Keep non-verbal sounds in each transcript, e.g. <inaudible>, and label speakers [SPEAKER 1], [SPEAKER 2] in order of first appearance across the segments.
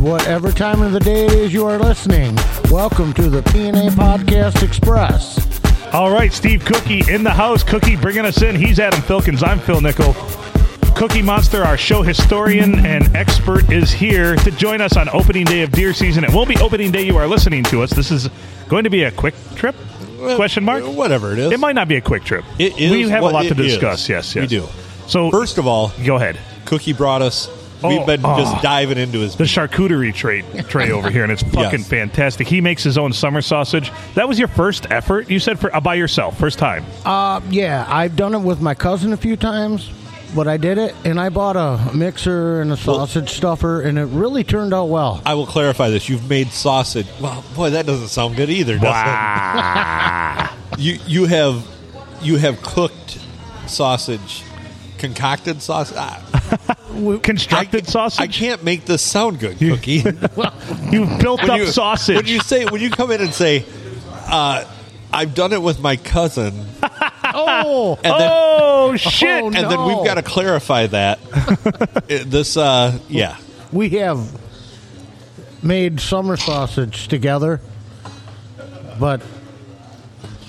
[SPEAKER 1] whatever time of the day it is you are listening. Welcome to the PNA Podcast Express.
[SPEAKER 2] All right, Steve Cookie in the house. Cookie bringing us in. He's Adam Filkins. I'm Phil Nickel. Cookie Monster, our show historian and expert, is here to join us on opening day of deer season. It won't be opening day you are listening to us. This is going to be a quick trip? Question mark?
[SPEAKER 3] uh, Whatever it is.
[SPEAKER 2] It might not be a quick trip.
[SPEAKER 3] It is
[SPEAKER 2] we have a
[SPEAKER 3] what
[SPEAKER 2] lot to
[SPEAKER 3] it is.
[SPEAKER 2] discuss. Yes, yes.
[SPEAKER 3] We do.
[SPEAKER 2] So
[SPEAKER 3] First of all,
[SPEAKER 2] go ahead.
[SPEAKER 3] Cookie brought us.
[SPEAKER 2] Oh,
[SPEAKER 3] We've been
[SPEAKER 2] ah.
[SPEAKER 3] just diving into his.
[SPEAKER 2] The charcuterie tray tray over here, and it's fucking
[SPEAKER 3] <laughs> Yes.
[SPEAKER 2] fantastic. He makes his own summer sausage. That was your first effort, you said, for uh, by yourself, first time.
[SPEAKER 1] Uh, yeah, I've done it with my cousin a few times, but I did it, and I bought a mixer and a sausage stuffer, and it really turned out
[SPEAKER 3] <laughs>
[SPEAKER 1] well.
[SPEAKER 3] <laughs> I will clarify this. You've made sausage. Well, boy, that doesn't sound good either. does it? <laughs> you you have you have cooked sausage, concocted sausage. I,
[SPEAKER 2] Constructed
[SPEAKER 3] I-
[SPEAKER 2] sausage.
[SPEAKER 3] I can't make this sound good,
[SPEAKER 2] <laughs>
[SPEAKER 3] Cookie.
[SPEAKER 2] You built
[SPEAKER 3] When
[SPEAKER 2] up
[SPEAKER 3] you-
[SPEAKER 2] sausage.
[SPEAKER 3] When you say when you come in and say, uh, "I've done it with my cousin,"
[SPEAKER 1] oh,
[SPEAKER 3] and then
[SPEAKER 2] oh shit!
[SPEAKER 1] Oh,
[SPEAKER 3] and then
[SPEAKER 1] no.
[SPEAKER 3] we've got to
[SPEAKER 2] <laughs>
[SPEAKER 3] clarify that. It- this, uh, yeah,
[SPEAKER 1] we have made summer sausage together, but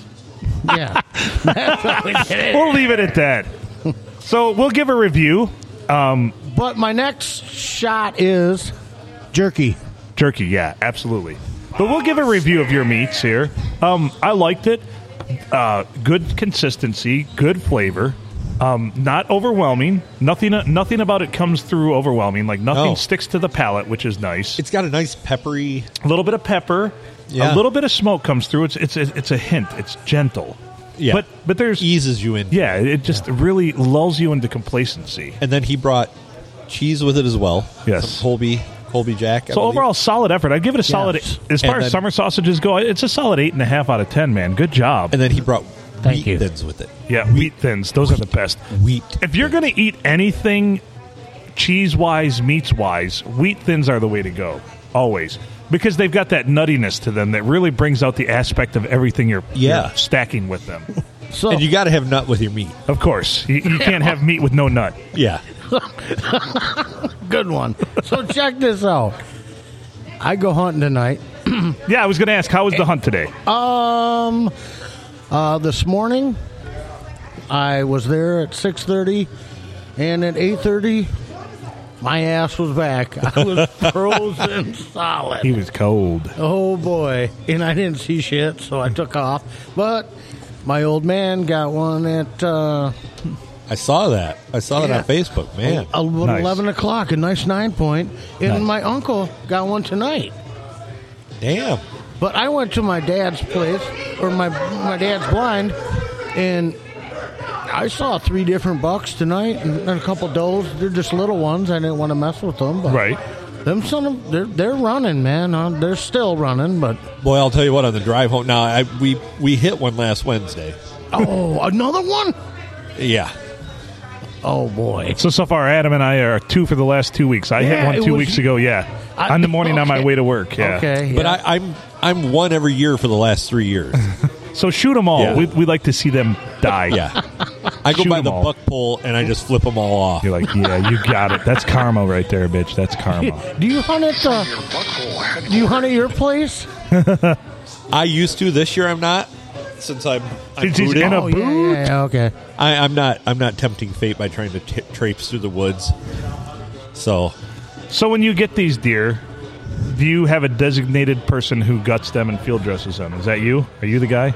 [SPEAKER 3] <laughs>
[SPEAKER 1] yeah, that's how we did it.
[SPEAKER 2] We'll leave it at that. So we'll give a review. Um,
[SPEAKER 1] But my next shot is jerky.
[SPEAKER 2] jerky, yeah, absolutely. But we'll give a review of your meats here. Um, I liked it. Uh, good consistency, good flavor. Um, not overwhelming. Nothing. uh, Nothing about it comes through overwhelming. Like nothing
[SPEAKER 3] No.
[SPEAKER 2] sticks to the palate, which is nice.
[SPEAKER 3] it's got a nice peppery.
[SPEAKER 2] a little bit of pepper.
[SPEAKER 3] Yeah.
[SPEAKER 2] A little bit of smoke comes through. It's it's it's a hint. It's gentle.
[SPEAKER 3] Yeah,
[SPEAKER 2] But but there's
[SPEAKER 3] eases you in.
[SPEAKER 2] Yeah, it just really lulls you into complacency.
[SPEAKER 3] and then he brought cheese with it as well.
[SPEAKER 2] Yes.
[SPEAKER 3] Some Colby Colby Jack.
[SPEAKER 2] So
[SPEAKER 3] I believe.
[SPEAKER 2] overall, solid effort. I'd give it a solid.
[SPEAKER 1] Yes.
[SPEAKER 2] As far
[SPEAKER 3] And
[SPEAKER 2] as
[SPEAKER 3] then-
[SPEAKER 2] summer sausages go, it's a solid eight and a half out of ten. Man, good job.
[SPEAKER 3] and then he brought
[SPEAKER 1] Thank
[SPEAKER 3] wheat
[SPEAKER 1] you.
[SPEAKER 3] thins with it.
[SPEAKER 2] yeah, wheat thins. Those are the best.
[SPEAKER 3] Wheat.
[SPEAKER 2] If you're gonna eat anything, cheese wise, meats wise, wheat thins are the way to go. Always. Because they've got that nuttiness to them that really brings out the aspect of everything you're,
[SPEAKER 3] Yeah.
[SPEAKER 2] you're stacking with them.
[SPEAKER 1] So
[SPEAKER 3] And you got to have nut with your meat.
[SPEAKER 2] Of course, you, you can't have meat with no nut.
[SPEAKER 3] Yeah.
[SPEAKER 1] good one.
[SPEAKER 2] <laughs>
[SPEAKER 1] So check this out. I go hunting tonight.
[SPEAKER 2] Yeah, I was gonna ask, how was the hunt today?
[SPEAKER 1] Um, uh, this morning I was there at six thirty, and at eight thirty, my ass was back. I
[SPEAKER 2] <laughs>
[SPEAKER 1] was frozen solid.
[SPEAKER 2] He was cold.
[SPEAKER 1] Oh boy! And I didn't see shit, so I took off. But my old man got one at uh,
[SPEAKER 3] I saw that. I saw that on
[SPEAKER 1] Yeah.
[SPEAKER 3] Facebook, man.
[SPEAKER 1] el-
[SPEAKER 2] Nice.
[SPEAKER 1] eleven o'clock, a nice nine point, and
[SPEAKER 2] Nice.
[SPEAKER 1] my uncle got one tonight.
[SPEAKER 3] Damn.
[SPEAKER 1] But I went to my dad's place, or my my dad's blind, and I saw three different bucks tonight and a couple does. They're just little ones. I didn't want to mess with them. But
[SPEAKER 2] Right.
[SPEAKER 1] Them son of they're they're running, man. Uh, they're still running, but
[SPEAKER 3] Boy, I'll tell you what. On the drive home, now I, we we hit one last Wednesday.
[SPEAKER 1] oh, another one.
[SPEAKER 3] Yeah.
[SPEAKER 1] Oh boy.
[SPEAKER 2] So so far, Adam and I are two for the last two weeks. I
[SPEAKER 1] Yeah,
[SPEAKER 2] hit
[SPEAKER 1] it
[SPEAKER 2] one two
[SPEAKER 1] was-
[SPEAKER 2] weeks ago. Yeah,
[SPEAKER 1] I-
[SPEAKER 2] on the morning on my
[SPEAKER 1] okay.
[SPEAKER 2] way to work. Yeah.
[SPEAKER 1] Okay.
[SPEAKER 3] But
[SPEAKER 1] yeah.
[SPEAKER 3] I, I'm I'm one every year for the last three years.
[SPEAKER 2] So shoot them all.
[SPEAKER 3] Yeah.
[SPEAKER 2] We'd, we'd like to see them die.
[SPEAKER 3] Yeah. I go
[SPEAKER 2] Shoot
[SPEAKER 3] by
[SPEAKER 2] 'em
[SPEAKER 3] the
[SPEAKER 2] all.
[SPEAKER 3] buck pole and I just flip them all off.
[SPEAKER 2] You're like, yeah, you got it. That's karma right there, bitch.
[SPEAKER 1] <laughs>
[SPEAKER 2] That's karma.
[SPEAKER 1] do you hunt at uh, do you hunt at your place?
[SPEAKER 3] I used to. This year I'm not. Since I'm, I'm
[SPEAKER 2] Since he's
[SPEAKER 3] booted.
[SPEAKER 2] in a-
[SPEAKER 1] Oh yeah, yeah, yeah, okay.
[SPEAKER 3] I, I'm not. I'm not tempting fate by trying to t- traipse through the woods. So
[SPEAKER 2] so when you get these deer, do you have a designated person who guts them and field dresses them? Is that you? Are you the guy?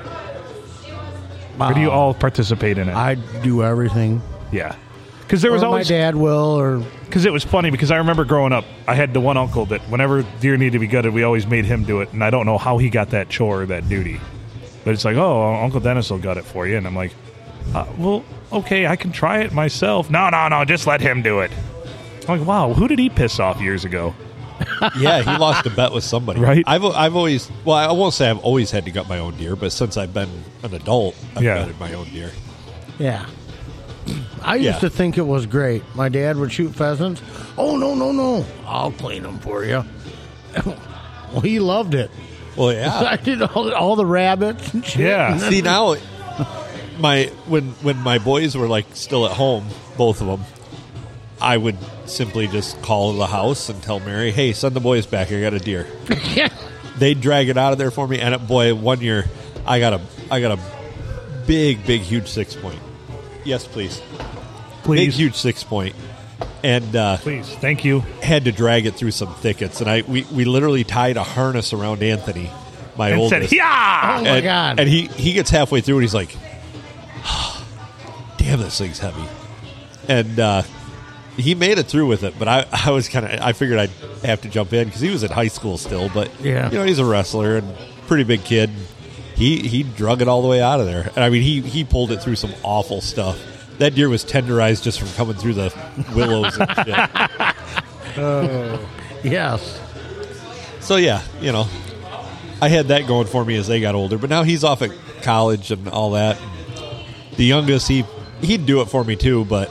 [SPEAKER 2] Or do you all participate in it?
[SPEAKER 1] Uh, I do everything.
[SPEAKER 2] yeah. Because there was
[SPEAKER 1] or my
[SPEAKER 2] always
[SPEAKER 1] dad will, or
[SPEAKER 2] Because it was funny because I remember growing up, I had the one uncle that whenever deer needed to be gutted, we always made him do it, and I don't know how he got that chore, or that duty. But it's like, oh, Uncle Dennis will gut it for you, and I'm like, uh, well, okay, I can try it myself. No, no, no, just let him do it. I'm like, wow, who did he piss off years ago? <laughs>
[SPEAKER 3] yeah, he lost a bet with somebody.
[SPEAKER 2] Right.
[SPEAKER 3] I've I've always. Well, I won't say I've always had to gut my own deer, but since I've been an adult, I've
[SPEAKER 2] Yeah.
[SPEAKER 3] gutted my own deer.
[SPEAKER 1] Yeah. I used
[SPEAKER 3] Yeah.
[SPEAKER 1] to think it was great. My dad would shoot pheasants. Oh no no no! I'll clean them for you. <laughs> well, he loved it. <laughs>
[SPEAKER 3] Well, yeah.
[SPEAKER 1] I did all, all the rabbits. And shit.
[SPEAKER 2] Yeah.
[SPEAKER 3] See
[SPEAKER 1] <laughs>
[SPEAKER 3] now, my when when my boys were like still at home, both of them, I would simply just call the house and tell Mary, "Hey, send the boys back. I got a deer." They'd drag it out of there for me, and uh, boy, one year I got a I got a big, big, huge six point. Yes, please, big,
[SPEAKER 2] Please,
[SPEAKER 3] huge six point, and uh,
[SPEAKER 2] please, thank you.
[SPEAKER 3] had to drag it through some thickets, and I we, we literally tied a harness around Anthony, my
[SPEAKER 2] And said,
[SPEAKER 3] oldest.
[SPEAKER 2] yeah.
[SPEAKER 1] Oh my
[SPEAKER 3] and,
[SPEAKER 1] God.
[SPEAKER 3] And he he gets halfway through and he's like, <sighs> "Damn, this thing's heavy." And uh, he made it through with it, but I, I was kind of I figured I'd have to jump in because he was in high school still, but
[SPEAKER 1] Yeah.
[SPEAKER 3] you know he's a wrestler and pretty big kid. He he drug it all the way out of there, and I mean he he pulled it through some awful stuff. That deer was tenderized just from coming through the willows.
[SPEAKER 1] <laughs>
[SPEAKER 3] and shit.
[SPEAKER 1] Yes.
[SPEAKER 3] So yeah, you know, I had that going for me as they got older. But now he's off at college and all that. The youngest, he he'd do it for me too, but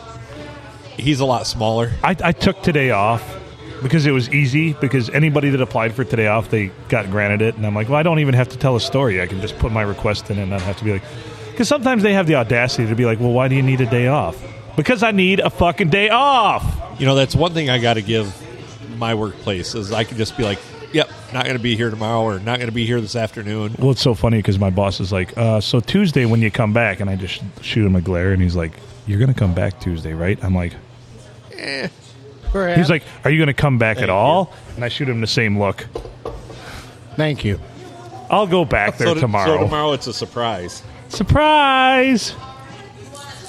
[SPEAKER 3] he's a lot smaller.
[SPEAKER 2] I, I took today off because it was easy. Because anybody that applied for today off, they got granted it, and I'm like, well, I don't even have to tell a story. I can just put my request in and not have to be like, because sometimes they have the audacity to be like, well, why do you need a day off? Because I need a fucking day off.
[SPEAKER 3] You know, that's one thing I got to give my workplace is I can just be like, "Yep, not going to be here tomorrow, or not going to be here this afternoon."
[SPEAKER 2] Well, it's so funny because my boss is like, uh, so Tuesday when you come back, and I just shoot him a glare, and he's like, you're gonna come back Tuesday, right? I'm like,
[SPEAKER 1] Perhaps.
[SPEAKER 2] he's like, are you gonna come back at all? And I shoot him the same look.
[SPEAKER 1] thank you.
[SPEAKER 2] I'll go back there
[SPEAKER 3] <laughs> so,
[SPEAKER 2] tomorrow.
[SPEAKER 3] So tomorrow it's a surprise.
[SPEAKER 2] Surprise!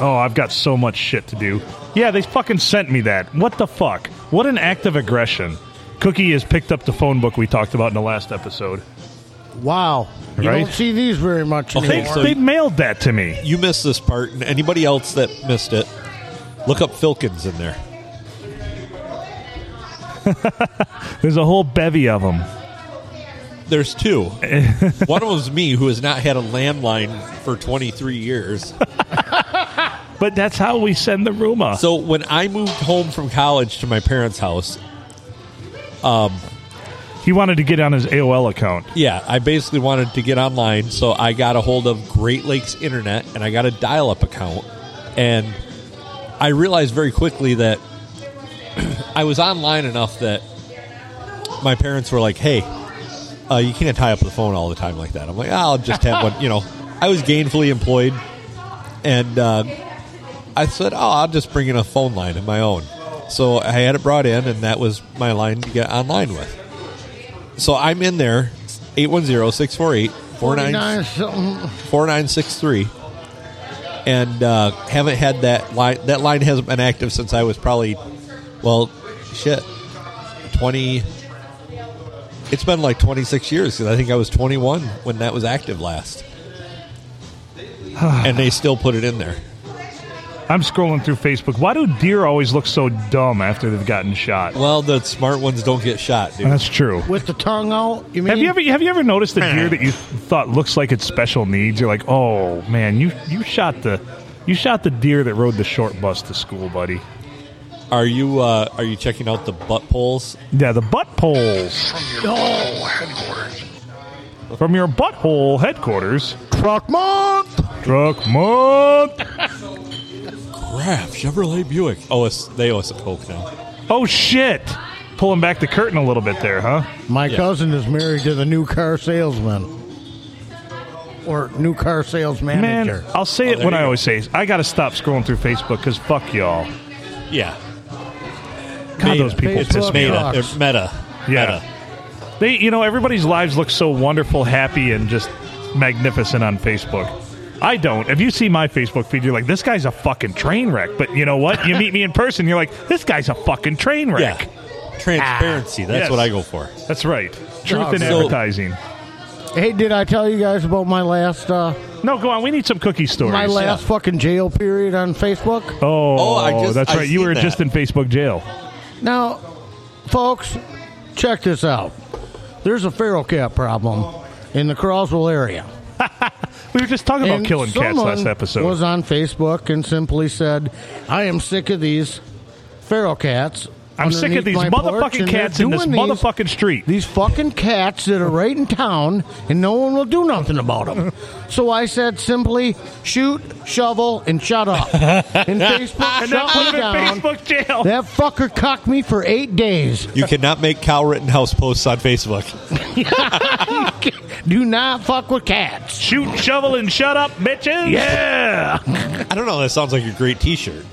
[SPEAKER 2] Oh, I've got so much shit to do. Yeah, they fucking sent me that. What the fuck? What an act of aggression. Cookie has picked up the phone book we talked about in the last episode.
[SPEAKER 1] Wow. You
[SPEAKER 2] Right? Oh,
[SPEAKER 1] don't see these very much
[SPEAKER 3] Okay,
[SPEAKER 1] anymore.
[SPEAKER 2] They,
[SPEAKER 3] so-
[SPEAKER 2] they mailed that to me.
[SPEAKER 3] You missed this part, and anybody else that missed it, look up Filkins in there.
[SPEAKER 2] There's a whole bevy of them. <laughs>
[SPEAKER 3] There's two. One of them's me, who has not had a landline for 23 years.
[SPEAKER 2] But that's how we send the Ruma.
[SPEAKER 3] So when I moved home from college to my parents' house,
[SPEAKER 2] he wanted to get on his AOL account.
[SPEAKER 3] yeah, I basically wanted to get online, so I got a hold of Great Lakes Internet and I got a dial-up account, and I realized very quickly that <clears throat> I was online enough that my parents were like, "Hey, uh, you can't tie up the phone all the time like that." I'm like, "I'll just have one." You know, I was gainfully employed, and uh, I said, "Oh, I'll just bring in a phone line of my own." So I had it brought in, and that was my line to get online with. So I'm in there, 810-648-4963.
[SPEAKER 1] 49 something.
[SPEAKER 3] 4963 and uh, haven't had that line that line hasn't been active since i was probably well shit 20 it's been like 26 years because i think i was 21 when that was active last and they still put it in there
[SPEAKER 2] I'm scrolling through Facebook. Why do deer always look so dumb after they've gotten shot?
[SPEAKER 3] well the smart ones don't get shot dude
[SPEAKER 2] That's true.
[SPEAKER 1] With the tongue out, you mean?
[SPEAKER 2] Have you ever have you ever noticed the deer that you thought looks like it's special needs? You're like, oh man, you you shot the you shot the deer that rode the short bus to school, buddy.
[SPEAKER 3] are you uh, are you checking out the butt poles
[SPEAKER 2] Yeah, the butt poles
[SPEAKER 4] from your butthole headquarters.
[SPEAKER 2] from your butthole headquarters.
[SPEAKER 1] Truck month!
[SPEAKER 2] Truck month.
[SPEAKER 3] crap chevrolet buick oh it's, they owe us a coke now
[SPEAKER 2] Oh shit! Pulling back the curtain a little bit there, huh?
[SPEAKER 1] My
[SPEAKER 3] Yeah.
[SPEAKER 1] cousin is married to the new car salesman. Or new car sales
[SPEAKER 2] Man,
[SPEAKER 1] manager.
[SPEAKER 2] I'll say it
[SPEAKER 3] Oh, there
[SPEAKER 2] when
[SPEAKER 3] you
[SPEAKER 2] I
[SPEAKER 3] go.
[SPEAKER 2] always say. It. I gotta stop scrolling through Facebook because fuck y'all.
[SPEAKER 3] yeah
[SPEAKER 2] God, those people
[SPEAKER 1] Facebook
[SPEAKER 2] piss me
[SPEAKER 1] sucks.
[SPEAKER 2] off.
[SPEAKER 3] meta they're meta
[SPEAKER 2] Yeah. They, you know, everybody's lives look so wonderful, happy, and just magnificent on Facebook. I don't. If you see my Facebook feed, you're like, this guy's a fucking train wreck. But you know what? You meet me in person, you're like, this guy's a fucking train wreck.
[SPEAKER 3] Yeah. Transparency. that's
[SPEAKER 2] Yes.
[SPEAKER 3] what I go for.
[SPEAKER 2] That's right. Truth in
[SPEAKER 3] So-
[SPEAKER 2] advertising.
[SPEAKER 1] hey, did I tell you guys about my last uh,
[SPEAKER 2] No, go on. We need some cookie stories.
[SPEAKER 1] my last fucking jail period on Facebook?
[SPEAKER 2] oh,
[SPEAKER 3] Oh, I just-
[SPEAKER 2] that's
[SPEAKER 3] I
[SPEAKER 2] right. you
[SPEAKER 3] seen
[SPEAKER 2] were
[SPEAKER 3] that.
[SPEAKER 2] just in Facebook jail.
[SPEAKER 1] Now, folks, check this out. There's a feral cat problem in the Croswell area.
[SPEAKER 2] We were just talking about
[SPEAKER 1] And
[SPEAKER 2] killing cats
[SPEAKER 1] someone
[SPEAKER 2] last episode.
[SPEAKER 1] Was on Facebook and simply said, "I am sick of these feral cats
[SPEAKER 2] I'm sick of
[SPEAKER 1] underneath
[SPEAKER 2] these
[SPEAKER 1] my porch,
[SPEAKER 2] motherfucking
[SPEAKER 1] and they're
[SPEAKER 2] cats in this
[SPEAKER 1] doing these-
[SPEAKER 2] motherfucking street.
[SPEAKER 1] These fucking cats that are right in town, and no one will do nothing about
[SPEAKER 2] <laughs>
[SPEAKER 1] them. So I said simply, shoot, shovel, and shut
[SPEAKER 2] <laughs>
[SPEAKER 1] up. And Facebook
[SPEAKER 2] and
[SPEAKER 1] shut
[SPEAKER 2] then put
[SPEAKER 1] me
[SPEAKER 2] them
[SPEAKER 1] down.
[SPEAKER 2] in Facebook jail.
[SPEAKER 1] That fucker cocked me for eight days.
[SPEAKER 3] You cannot make Cal Rittenhouse posts on Facebook. <laughs>
[SPEAKER 1] Do not fuck with cats.
[SPEAKER 2] Shoot, shovel, and shut up, bitches. Yeah.
[SPEAKER 3] I don't know. That sounds like a great T-shirt.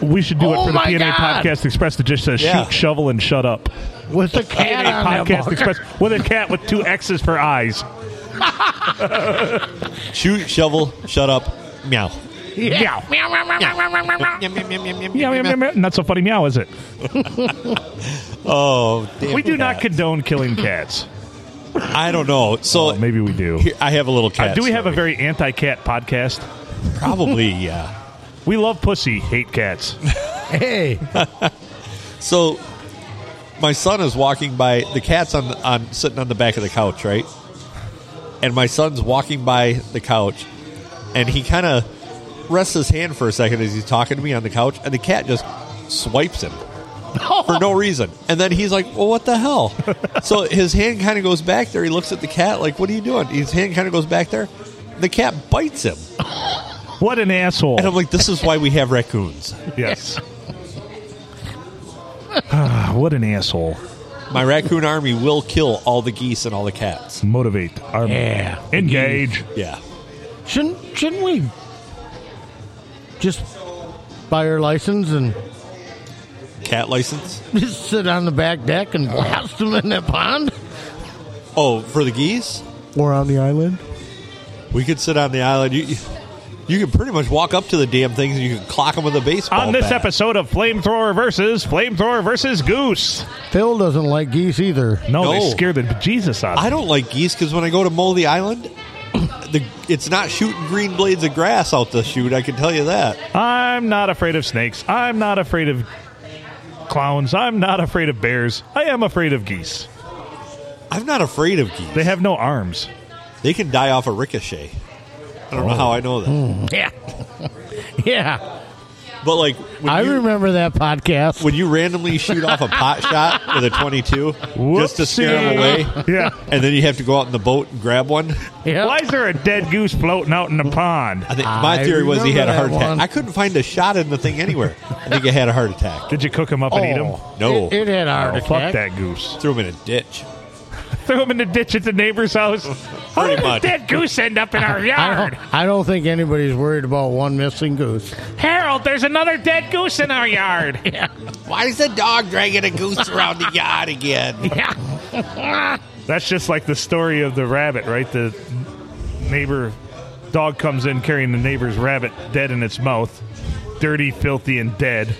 [SPEAKER 2] We should do
[SPEAKER 1] Oh
[SPEAKER 2] it for the
[SPEAKER 1] my
[SPEAKER 2] PNA
[SPEAKER 1] God.
[SPEAKER 2] Podcast Express that just says
[SPEAKER 3] Yeah.
[SPEAKER 2] shoot, shovel, and shut up.
[SPEAKER 1] With a cat on
[SPEAKER 2] PNA
[SPEAKER 1] that
[SPEAKER 2] Podcast
[SPEAKER 1] fucker.
[SPEAKER 2] Express with a cat with two X's
[SPEAKER 1] <laughs>
[SPEAKER 2] for eyes.
[SPEAKER 3] Shoot, shovel, shut up, meow.
[SPEAKER 2] Meow. Meow, meow, meow, meow. Not so funny meow, is it?
[SPEAKER 3] Oh, damn
[SPEAKER 2] We do not
[SPEAKER 3] cat.
[SPEAKER 2] condone killing
[SPEAKER 3] <laughs>
[SPEAKER 2] cats.
[SPEAKER 3] I don't know. So
[SPEAKER 2] Well, maybe we do.
[SPEAKER 3] here, I have a little cat.
[SPEAKER 2] Uh, do we have a
[SPEAKER 3] story.
[SPEAKER 2] very anti cat podcast?
[SPEAKER 3] probably? <laughs> Yeah.
[SPEAKER 2] We love pussy, hate cats.
[SPEAKER 1] Hey,
[SPEAKER 3] So my son is walking by the cat's on on sitting on the back of the couch, right? And my son's walking by the couch and he kind of rests his hand for a second as he's talking to me on the couch and the cat just swipes him for no reason. And then he's like, "Well, what the hell?" so his hand kind of goes back there. He looks at the cat like, "What are you doing?" His hand kind of goes back there. The cat bites him.
[SPEAKER 2] What an
[SPEAKER 3] <laughs>
[SPEAKER 2] asshole.
[SPEAKER 3] And I'm like, "This is why we have raccoons."
[SPEAKER 2] Yes. <sighs> Ah, what an asshole.
[SPEAKER 3] My raccoon army will kill all the geese and all the cats.
[SPEAKER 2] Motivate. Our
[SPEAKER 1] Yeah.
[SPEAKER 2] Engage.
[SPEAKER 3] Yeah.
[SPEAKER 1] shouldn't shouldn't we just buy our license and <laughs>
[SPEAKER 3] cat license?
[SPEAKER 1] just sit on the back deck and blast them in that pond?
[SPEAKER 3] Oh, for the geese,
[SPEAKER 5] Or on the island.
[SPEAKER 3] we could sit on the island. You, you can pretty much walk up to the damn things and you can clock them with a baseball.
[SPEAKER 2] On this
[SPEAKER 3] bat.
[SPEAKER 2] episode of Flamethrower versus Flamethrower versus Goose.
[SPEAKER 1] Phil doesn't like geese either.
[SPEAKER 2] No, they
[SPEAKER 3] No.
[SPEAKER 2] scare the Jesus out of
[SPEAKER 3] I
[SPEAKER 2] me.
[SPEAKER 3] don't like geese because when I go to mow the island, <clears throat> the, it's not shooting green blades of grass out the chute. I can tell you that.
[SPEAKER 2] I'm not afraid of snakes. I'm not afraid of clowns. I'm not afraid of bears. I am afraid of geese.
[SPEAKER 3] I'm not afraid of geese.
[SPEAKER 2] They have no arms.
[SPEAKER 3] They can die off a ricochet. I don't know how I know that,
[SPEAKER 1] Yeah. <laughs> yeah.
[SPEAKER 3] but like when
[SPEAKER 1] I
[SPEAKER 3] you,
[SPEAKER 1] remember that podcast.
[SPEAKER 3] when you randomly shoot off a pot shot with a 22 just to scare them away,
[SPEAKER 2] Whoopsie. <laughs> Yeah.
[SPEAKER 3] and then you have to go out in the boat and grab one.
[SPEAKER 1] Yeah.
[SPEAKER 2] Why is there a dead goose floating out in the pond?
[SPEAKER 3] I think my
[SPEAKER 1] I
[SPEAKER 3] theory was he had a heart
[SPEAKER 1] remember that
[SPEAKER 3] attack.
[SPEAKER 1] one.
[SPEAKER 3] I couldn't find a shot in the thing anywhere. I think he had a heart attack.
[SPEAKER 2] Did you cook him up and eat him?
[SPEAKER 1] Oh,
[SPEAKER 3] No.
[SPEAKER 1] It, it had a heart
[SPEAKER 2] Oh, fuck
[SPEAKER 1] attack.
[SPEAKER 2] that goose. <laughs>
[SPEAKER 3] Threw him in a ditch.
[SPEAKER 2] Threw him in the ditch at the neighbor's house. How
[SPEAKER 3] Pretty
[SPEAKER 2] did
[SPEAKER 3] much.
[SPEAKER 2] this dead goose end up in our
[SPEAKER 1] I
[SPEAKER 2] yard?
[SPEAKER 1] don't, I don't think anybody's worried about one missing goose. <laughs>
[SPEAKER 2] Harold, there's another dead goose in our yard.
[SPEAKER 3] <laughs> Why is the dog dragging a goose around the
[SPEAKER 2] <laughs>
[SPEAKER 3] yard again?
[SPEAKER 2] That's just like the story of the rabbit, right? The neighbor dog comes in carrying the neighbor's rabbit dead in its mouth, dirty, filthy, and dead.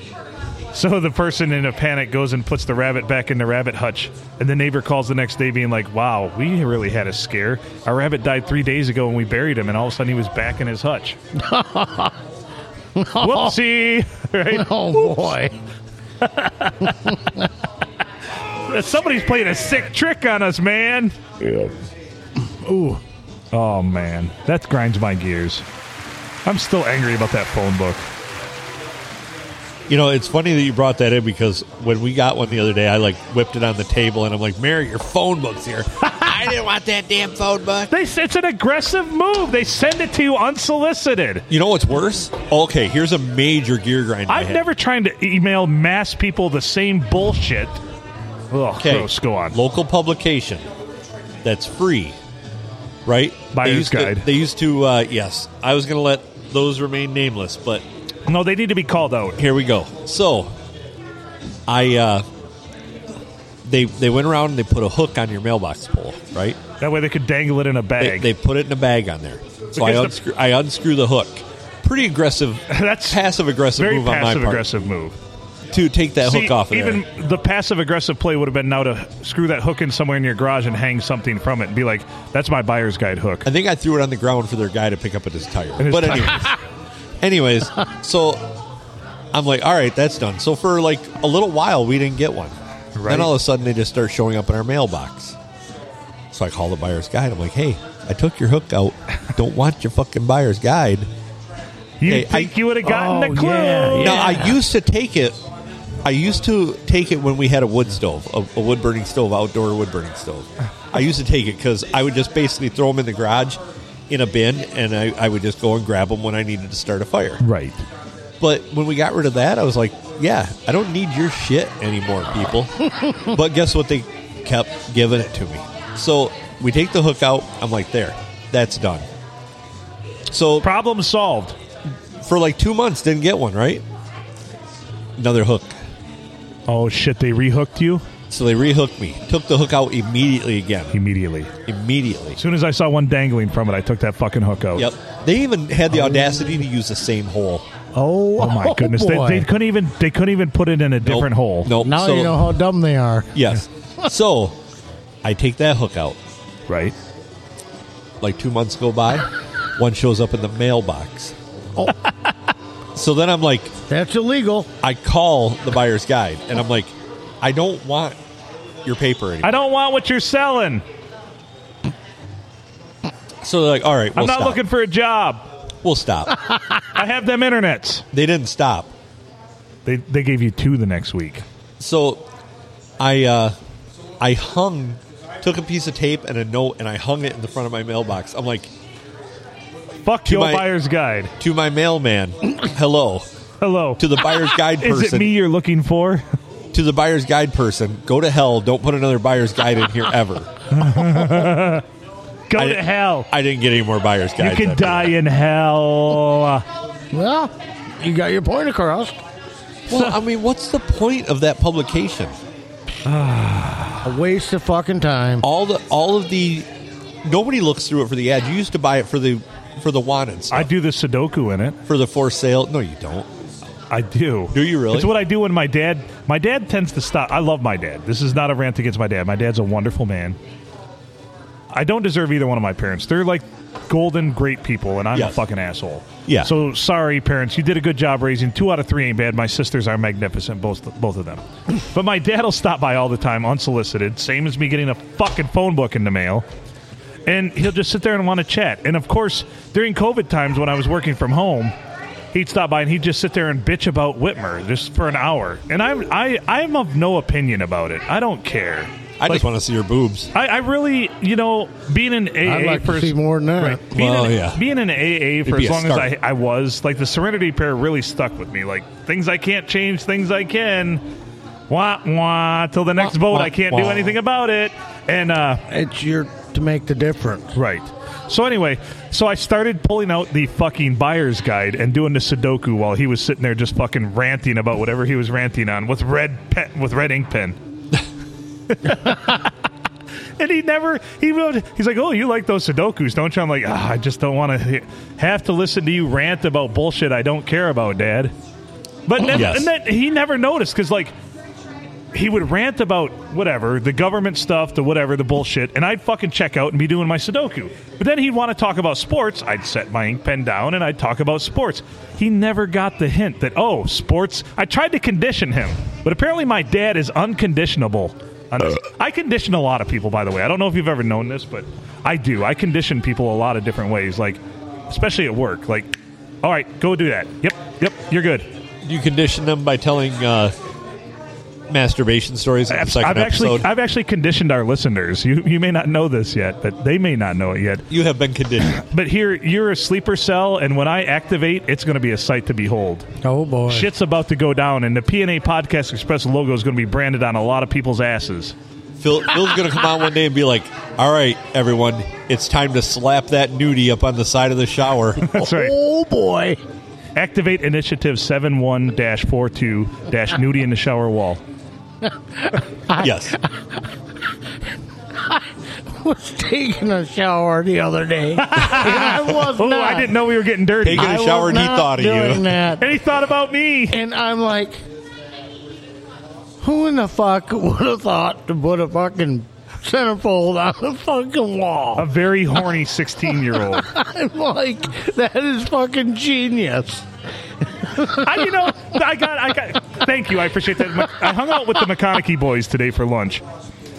[SPEAKER 2] So the person in a panic goes and puts the rabbit back in the rabbit hutch, and the neighbor calls the next day, being like, "Wow, we really had a scare. Our rabbit died three days ago, and we buried him, and all of a sudden he was back in his <laughs> hutch." Whoopsie! <laughs> Right?
[SPEAKER 1] Oh boy.
[SPEAKER 2] Somebody's playing a sick trick on us, man. Ooh. Oh man, that grinds my gears. I'm still angry about that phone book.
[SPEAKER 3] You know, it's funny that you brought that in because when we got one the other day, I like whipped it on the table and I'm like, Mary, your phone book's here. I didn't want that damn phone book.
[SPEAKER 2] They, it's an aggressive move. They send it to you unsolicited.
[SPEAKER 3] You know what's worse? Okay, here's a major gear grind. I
[SPEAKER 2] I've
[SPEAKER 3] had.
[SPEAKER 2] never tried to email mass people the same bullshit. Ugh,
[SPEAKER 3] Okay,
[SPEAKER 2] gross. Go on.
[SPEAKER 3] Local publication that's free, right?
[SPEAKER 2] Buyer's
[SPEAKER 3] they used
[SPEAKER 2] Guide.
[SPEAKER 3] To, they used to. Uh, yes, I was going to let those remain nameless, but
[SPEAKER 2] No, they need to be called out.
[SPEAKER 3] here we go. So, I uh, they they went around and they put a hook on your mailbox pole, right?
[SPEAKER 2] That way they could dangle it in a
[SPEAKER 3] They,
[SPEAKER 2] bag.
[SPEAKER 3] they put it in a bag on there.
[SPEAKER 2] <laughs>
[SPEAKER 3] So I
[SPEAKER 2] Because
[SPEAKER 3] unscrew, I unscrew the hook. Pretty aggressive.
[SPEAKER 2] <laughs> That's
[SPEAKER 3] passive aggressive
[SPEAKER 2] Very
[SPEAKER 3] move on my
[SPEAKER 2] passive
[SPEAKER 3] part
[SPEAKER 2] aggressive move.
[SPEAKER 3] to take that
[SPEAKER 2] See,
[SPEAKER 3] hook off. Of
[SPEAKER 2] even
[SPEAKER 3] there.
[SPEAKER 2] the passive aggressive play would have been now to screw that hook in somewhere in your garage and hang something from it and be like, "That's my buyer's guide hook."
[SPEAKER 3] I think I threw it on the ground for their guy to pick up at his tire.
[SPEAKER 2] his
[SPEAKER 3] but
[SPEAKER 2] tire.
[SPEAKER 3] anyways, anyways, so I'm like, all right, that's done. So for like a little while, we didn't get one.
[SPEAKER 2] Right.
[SPEAKER 3] Then all of a sudden, they just start showing up in our mailbox. So I call the buyer's guide. I'm like, hey, I took your hook out. Don't want your fucking buyer's guide.
[SPEAKER 2] You
[SPEAKER 3] Hey,
[SPEAKER 2] think
[SPEAKER 3] I-
[SPEAKER 2] you would have gotten
[SPEAKER 1] Oh,
[SPEAKER 2] the clue?
[SPEAKER 1] yeah,
[SPEAKER 3] Now I used to take it I used to take it when we had a wood stove, a, a wood burning stove, outdoor wood burning stove. I used to take it because I would just basically throw them in the garage in a bin and I, I would just go and grab them when I needed to start a fire.
[SPEAKER 2] Right.
[SPEAKER 3] But when we got rid of that, I was like, yeah, I don't need your shit anymore, people. but guess what? They kept giving it to me. So we take the hook out. I'm like, there, that's done. So
[SPEAKER 2] Problem solved.
[SPEAKER 3] for like two months, didn't get one, right? Another hook.
[SPEAKER 2] Oh shit! They rehooked you
[SPEAKER 3] So they rehooked me. Took the hook out immediately again.
[SPEAKER 2] immediately.
[SPEAKER 3] Immediately.
[SPEAKER 2] As soon as I saw one dangling from it, I took that fucking hook out.
[SPEAKER 3] Yep. They even had the audacity to use the same hole.
[SPEAKER 1] Oh,
[SPEAKER 2] Oh my goodness!
[SPEAKER 1] boy.
[SPEAKER 2] they, they couldn't even they couldn't even put it in a different hole.
[SPEAKER 3] No.
[SPEAKER 1] now
[SPEAKER 3] Oh, so,
[SPEAKER 1] you know how dumb they are.
[SPEAKER 3] Yes. so I take that hook out.
[SPEAKER 2] Right.
[SPEAKER 3] like two months go by, one shows up in the mailbox.
[SPEAKER 2] Oh.
[SPEAKER 3] <laughs> so then I'm like,
[SPEAKER 1] That's illegal.
[SPEAKER 3] I call the buyer's guide and I'm like, I don't want your paper anymore.
[SPEAKER 2] I don't want what you're selling.
[SPEAKER 3] So they're like, all right, we'll
[SPEAKER 2] I'm not
[SPEAKER 3] stop.
[SPEAKER 2] looking for a job. <laughs>
[SPEAKER 3] we'll stop.
[SPEAKER 2] I have them internets.
[SPEAKER 3] they didn't stop.
[SPEAKER 2] They they gave you two the next week.
[SPEAKER 3] So I uh, I hung, took a piece of tape and a note and I hung it in the front of my mailbox. I'm like,
[SPEAKER 2] Fuck
[SPEAKER 3] To
[SPEAKER 2] your
[SPEAKER 3] my-
[SPEAKER 2] buyer's guide.
[SPEAKER 3] to
[SPEAKER 2] <coughs>
[SPEAKER 3] my mailman, hello.
[SPEAKER 2] Hello.
[SPEAKER 3] To the buyer's guide
[SPEAKER 2] Is
[SPEAKER 3] person.
[SPEAKER 2] it me you're looking for?
[SPEAKER 3] to the buyer's guide person, go to hell. Don't put another buyer's guide in here ever.
[SPEAKER 2] <laughs> Go
[SPEAKER 3] I-
[SPEAKER 2] to hell.
[SPEAKER 3] I didn't get any more buyer's
[SPEAKER 2] You
[SPEAKER 3] guide.
[SPEAKER 2] can die in hell.
[SPEAKER 1] Well, you got your point across.
[SPEAKER 3] Well, I mean, what's the point of that publication?
[SPEAKER 1] A waste of fucking time.
[SPEAKER 3] All the all of the nobody looks through it for the ad. You used to buy it for the for the wanted
[SPEAKER 2] <laughs>
[SPEAKER 3] stuff,
[SPEAKER 2] I do the Sudoku in it.
[SPEAKER 3] for the for sale. No, you don't.
[SPEAKER 2] I do.
[SPEAKER 3] Do you really?
[SPEAKER 2] It's what I do when my dad. My dad tends to stop. I love my dad. This is not a rant against my dad. My dad's a wonderful man. I don't deserve either one of my parents. They're like golden great people, and I'm a
[SPEAKER 3] Yes.
[SPEAKER 2] fucking asshole.
[SPEAKER 3] Yeah.
[SPEAKER 2] So sorry, parents. You did a good job raising two out of three. Ain't bad. My sisters are magnificent, both
[SPEAKER 1] <laughs>
[SPEAKER 2] both of them. but my dad will stop by all the time, unsolicited. Same as me getting a fucking phone book in the mail and he'll just sit there and want to chat. And of course, during COVID times when I was working from home, he'd stop by and he'd just sit there and bitch about Whitmer just for an hour. And I'm I I'm of no opinion about it. I don't care.
[SPEAKER 3] I just want to see your boobs.
[SPEAKER 2] I, I really, you know, being an
[SPEAKER 3] Oh,
[SPEAKER 2] AA
[SPEAKER 1] I'd like to
[SPEAKER 2] for
[SPEAKER 1] see more than that.
[SPEAKER 2] Being,
[SPEAKER 3] Well,
[SPEAKER 2] an,
[SPEAKER 3] yeah.
[SPEAKER 2] being an AA for as
[SPEAKER 3] be a
[SPEAKER 2] long as I,
[SPEAKER 3] start.
[SPEAKER 2] I was, like the Serenity Prayer really stuck with me. Like things I can't change, things I can. Wah wah. Till the next vote,
[SPEAKER 3] wah,
[SPEAKER 2] I can't do
[SPEAKER 3] wah.
[SPEAKER 2] anything about it. And uh,
[SPEAKER 1] It's your to make the difference.
[SPEAKER 2] Right. So anyway, so I started pulling out the fucking buyer's guide and doing the Sudoku while he was sitting there just fucking ranting about whatever he was ranting on with red pen with red ink pen. <laughs> and he never he would he's like, "Oh, you like those Sudokus, don't you?" I'm like, ah, "I just don't want to have to listen to you rant about bullshit I don't care about, Dad." But then,
[SPEAKER 3] Yes.
[SPEAKER 2] and then he never noticed because like he would rant about whatever the government stuff, the whatever, the bullshit, and I'd fucking check out and be doing my Sudoku. But then he'd want to talk about sports. I'd set my ink pen down and I'd talk about sports. He never got the hint that oh, sports. I tried to condition him, but apparently my dad is unconditionable. on this. I condition a lot of people, by the way. I don't know if you've ever known this, but I do. I condition people a lot of different ways, like especially at work. Like, all right, go do that. Yep, yep, you're good.
[SPEAKER 3] You condition them by telling uh, masturbation stories in the
[SPEAKER 2] I've,
[SPEAKER 3] 2nd
[SPEAKER 2] I've actually
[SPEAKER 3] episode.
[SPEAKER 2] I've actually conditioned our listeners. You you may not know this yet, but they may not know it yet.
[SPEAKER 3] you have been conditioned.
[SPEAKER 2] But here you're a sleeper cell, and when I activate, it's going to be a sight to behold.
[SPEAKER 1] Oh boy.
[SPEAKER 2] Shit's about to go down, and the PNA Podcast Express logo is going to be branded on a lot of people's asses.
[SPEAKER 3] Phil, Phil's gonna come out one day and be like, "All right, everyone, it's time to slap that nudie up on the side of the shower."
[SPEAKER 2] That's right.
[SPEAKER 1] Oh boy.
[SPEAKER 2] <laughs>
[SPEAKER 1] <laughs>
[SPEAKER 2] Activate initiative 71 42 nudie in the shower wall.
[SPEAKER 3] yes.
[SPEAKER 1] was taking a shower the other
[SPEAKER 3] <laughs>
[SPEAKER 1] day. <laughs> And I was
[SPEAKER 2] Oh,
[SPEAKER 1] not.
[SPEAKER 2] I didn't know we were getting dirty.
[SPEAKER 3] Taking
[SPEAKER 1] I
[SPEAKER 3] a
[SPEAKER 1] was
[SPEAKER 3] shower and he
[SPEAKER 1] not
[SPEAKER 3] thought of
[SPEAKER 1] doing
[SPEAKER 3] you.
[SPEAKER 1] that.
[SPEAKER 2] And he thought about me.
[SPEAKER 1] And I'm like, who in the fuck would have thought to put a fucking centerfold on the fucking
[SPEAKER 2] A
[SPEAKER 1] wall?
[SPEAKER 2] very horny 16 year old.
[SPEAKER 1] I'm like, that is fucking genius.
[SPEAKER 2] I, you know, I got, I got. Thank you, I appreciate that. I hung out with the McConaughey boys today for lunch,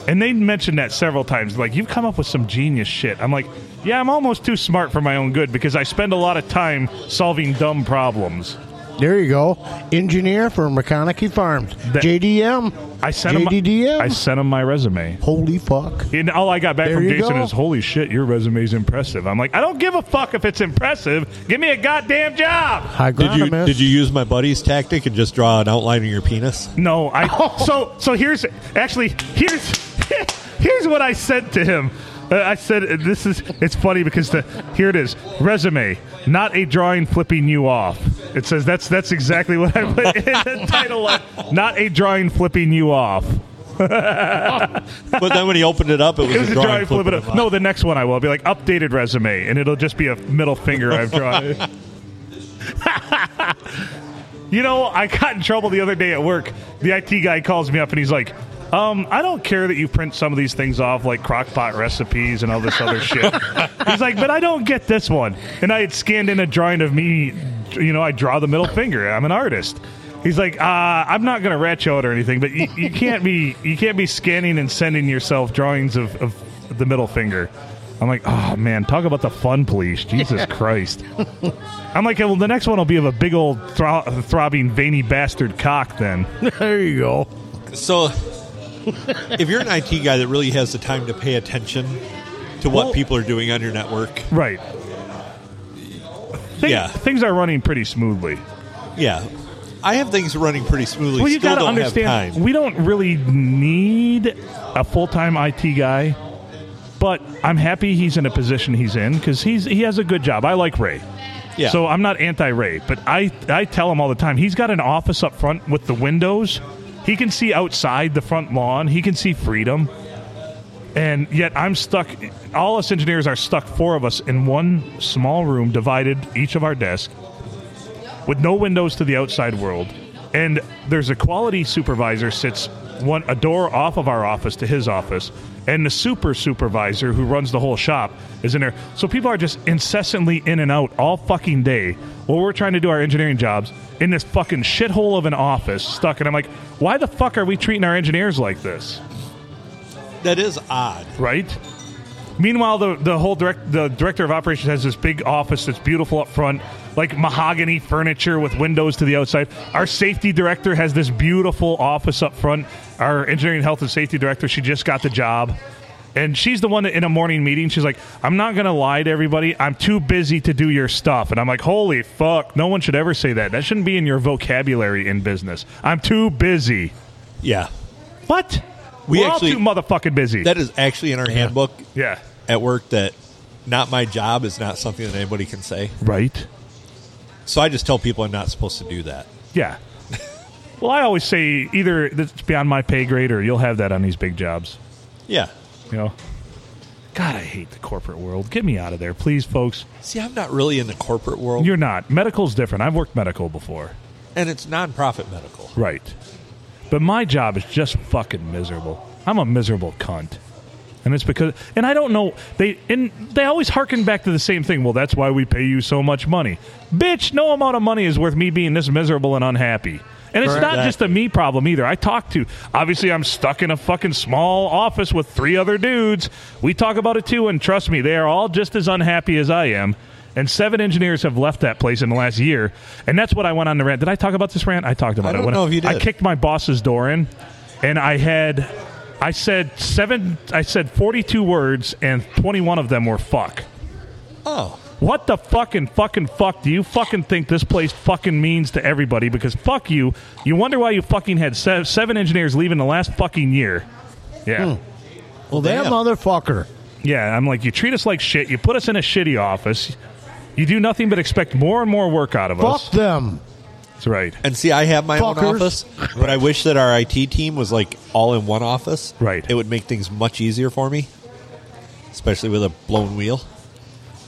[SPEAKER 2] and they mentioned that several times. Like, you've come up with some genius shit. I'm like, yeah, I'm almost too smart for my own good because I spend a lot of time solving dumb problems.
[SPEAKER 1] There you go. Engineer for McConaughey Farms.
[SPEAKER 2] That-
[SPEAKER 1] JDM.
[SPEAKER 2] I sent him.
[SPEAKER 1] JDDM.
[SPEAKER 2] I sent him my resume.
[SPEAKER 1] Holy fuck.
[SPEAKER 2] And all I got back
[SPEAKER 1] There
[SPEAKER 2] from
[SPEAKER 1] you
[SPEAKER 2] Jason
[SPEAKER 1] go.
[SPEAKER 2] is, "Holy shit, your resume's impressive." I'm like, I don't give a fuck if it's impressive. Give me a goddamn job.
[SPEAKER 3] Did you
[SPEAKER 1] Agronomist.
[SPEAKER 3] did you use my buddy's tactic and just draw an outline of your penis?
[SPEAKER 2] No,
[SPEAKER 3] <laughs>
[SPEAKER 2] I.
[SPEAKER 3] Oh.
[SPEAKER 2] So so here's actually here's <laughs> here's what I said to him. Uh, I said uh, this is it's funny because the here it is resume not a drawing flipping you off. It says that's that's exactly what I put in
[SPEAKER 3] <laughs>
[SPEAKER 2] the title line. Not a drawing flipping you off.
[SPEAKER 3] But then when he opened it up, it was,
[SPEAKER 2] It was
[SPEAKER 3] a
[SPEAKER 2] a <laughs>
[SPEAKER 3] drawing.
[SPEAKER 2] drawing flip it
[SPEAKER 3] flipping
[SPEAKER 2] up.
[SPEAKER 3] him
[SPEAKER 2] No, the next one I will be like updated resume, and it'll just be a middle finger I've
[SPEAKER 3] <laughs>
[SPEAKER 2] drawn. you know, I got in trouble the other day at work. The IT guy calls me up and he's like, um, I don't care that you print some of these things off like crockpot recipes and all this other shit. He's like, but I don't get this one. And I had scanned in a drawing of me, you know, I draw the middle finger. I'm an artist. He's like, uh, I'm not gonna rat you out or anything, but you, you can't be you can't be scanning and sending yourself drawings of, of the middle finger. I'm like, oh man, talk about the fun police, Jesus Christ. I'm like, well, the next one will be of a big old thro- throbbing, veiny bastard cock.
[SPEAKER 3] <laughs>
[SPEAKER 2] Then
[SPEAKER 1] <laughs> there you go.
[SPEAKER 3] So, if you're an IT guy that really has the time to pay attention to what
[SPEAKER 2] Well-
[SPEAKER 3] people are doing on your network,
[SPEAKER 2] right. Things,
[SPEAKER 3] Yeah.
[SPEAKER 2] things are running pretty smoothly.
[SPEAKER 3] yeah, I have things running pretty smoothly.
[SPEAKER 2] well, you
[SPEAKER 3] Still
[SPEAKER 2] got to
[SPEAKER 3] don't
[SPEAKER 2] understand,
[SPEAKER 3] have time.
[SPEAKER 2] we don't really need a full time IT guy, but I'm happy he's in a position he's in because he's he has a good job. I like Ray.
[SPEAKER 3] Yeah.
[SPEAKER 2] So I'm not anti-Ray, but I I tell him all the time. He's got an office up front with the windows. He can see outside the front lawn. He can see freedom. And yet I'm stuck. All us engineers are stuck. Four of us in one small room, divided each of our desk, with no windows to the outside world. And there's a quality supervisor sits one a door off of our office to his office, and the super supervisor who runs the whole shop is in there. So people are just incessantly in and out all fucking day while we're trying to do our engineering jobs in this fucking shithole of an office stuck. And I'm like, why the fuck are we treating our engineers like this?
[SPEAKER 3] that is odd.
[SPEAKER 2] right? Meanwhile, the the whole direct the director of operations has this big office that's beautiful up front, like mahogany furniture with windows to the outside. Our safety director has this beautiful office up front. Our engineering health and safety director, she just got the job. And she's the one that in a morning meeting, she's like, I'm not going to lie to everybody. I'm too busy to do your stuff. And I'm like, holy fuck, no one should ever say that. That shouldn't be in your vocabulary in business. I'm too busy.
[SPEAKER 3] Yeah,
[SPEAKER 2] What?
[SPEAKER 3] We
[SPEAKER 2] We're
[SPEAKER 3] actually-
[SPEAKER 2] all too motherfucking busy.
[SPEAKER 3] that is actually in our handbook
[SPEAKER 2] yeah.
[SPEAKER 3] at work. That not my job is not something that anybody can say.
[SPEAKER 2] Right?
[SPEAKER 3] So I just tell people I'm not supposed to do that.
[SPEAKER 2] Yeah. well, I always say either it's beyond my pay grade or you'll have that on these big jobs.
[SPEAKER 3] Yeah.
[SPEAKER 2] You know. God, I hate the corporate world. Get me out of there, please, folks.
[SPEAKER 3] See, I'm not really in the corporate world,
[SPEAKER 2] You're not. Medical's different. I've worked medical before.
[SPEAKER 3] and it's nonprofit medical.
[SPEAKER 2] Right. But my job is just fucking miserable. I'm a miserable cunt. And it's because and I don't know they and they always harken back to the same thing. Well, that's why we pay you so much money. Bitch, no amount of money is worth me being this miserable and unhappy. And it's not just a me problem either. I talk to obviously I'm stuck in a fucking small office with three other dudes. We talk about it too, and trust me, they are all just as unhappy as I am. And seven engineers have left that place in the last year, and that's what I went on the rant. Did I talk about this rant? I talked about
[SPEAKER 3] I
[SPEAKER 2] it.
[SPEAKER 3] don't
[SPEAKER 2] when
[SPEAKER 3] know if you
[SPEAKER 2] I
[SPEAKER 3] did.
[SPEAKER 2] kicked my boss's door in, and I had, I said seven, I said forty-two words, and twenty-one of them were fuck.
[SPEAKER 3] Oh,
[SPEAKER 2] What the fucking fucking fuck do you fucking think this place fucking means to everybody? Because fuck you, you wonder why you fucking had se- seven engineers leaving the last fucking year. Yeah.
[SPEAKER 3] Hmm.
[SPEAKER 1] Well, that
[SPEAKER 3] Damn.
[SPEAKER 1] motherfucker.
[SPEAKER 2] Yeah, I'm like, you treat us like shit. You put us in a shitty office. You do nothing but expect more and more work out of us.
[SPEAKER 1] Fuck them.
[SPEAKER 2] That's right.
[SPEAKER 3] And see, I have my own
[SPEAKER 1] Fuckers.
[SPEAKER 3] office, but I wish that our IT team was like all in one office.
[SPEAKER 2] Right.
[SPEAKER 3] It would make things much easier for me, especially with a blown wheel.
[SPEAKER 2] least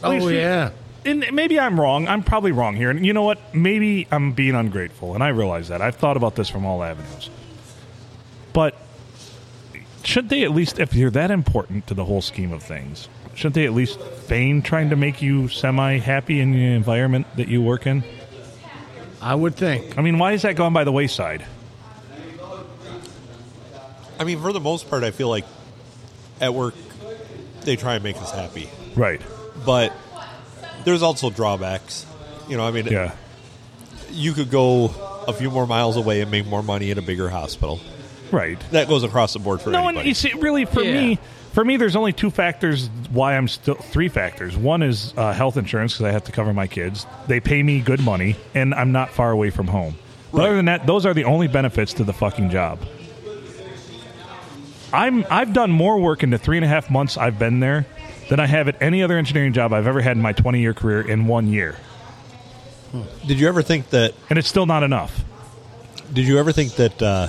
[SPEAKER 1] Oh,
[SPEAKER 2] you-
[SPEAKER 1] yeah.
[SPEAKER 2] And maybe I'm wrong. I'm probably wrong here. And you know what? Maybe I'm being ungrateful, and I realize that. I've thought about this from all avenues. But should they at least, if you're that important to the whole scheme of things, shouldn't they at least feign trying to make you semi happy in the environment that you work in?
[SPEAKER 1] I would think.
[SPEAKER 2] I mean, why is that gone by the wayside?
[SPEAKER 3] I mean, for the most part, I feel like at work they try and make us happy,
[SPEAKER 2] Right.
[SPEAKER 3] but there's also drawbacks. You know, I mean,
[SPEAKER 2] Yeah.
[SPEAKER 3] you could go a few more miles away and make more money at a bigger hospital.
[SPEAKER 2] Right.
[SPEAKER 3] That goes across the board for
[SPEAKER 2] No, and
[SPEAKER 3] anybody.
[SPEAKER 2] you see, really for
[SPEAKER 5] Yeah.
[SPEAKER 2] me, for me, there's only two factors why I'm still three factors. One is uh, health insurance because I have to cover my kids. They pay me good money, and I'm not far away from home. But Other than that, those are the only benefits to the fucking job. I'm I've done more work in the three and a half months I've been there than I have at any other engineering job I've ever had in my 20 year career in one year,
[SPEAKER 3] Did you ever think that?
[SPEAKER 2] and it's still not enough.
[SPEAKER 3] Did you ever think that uh,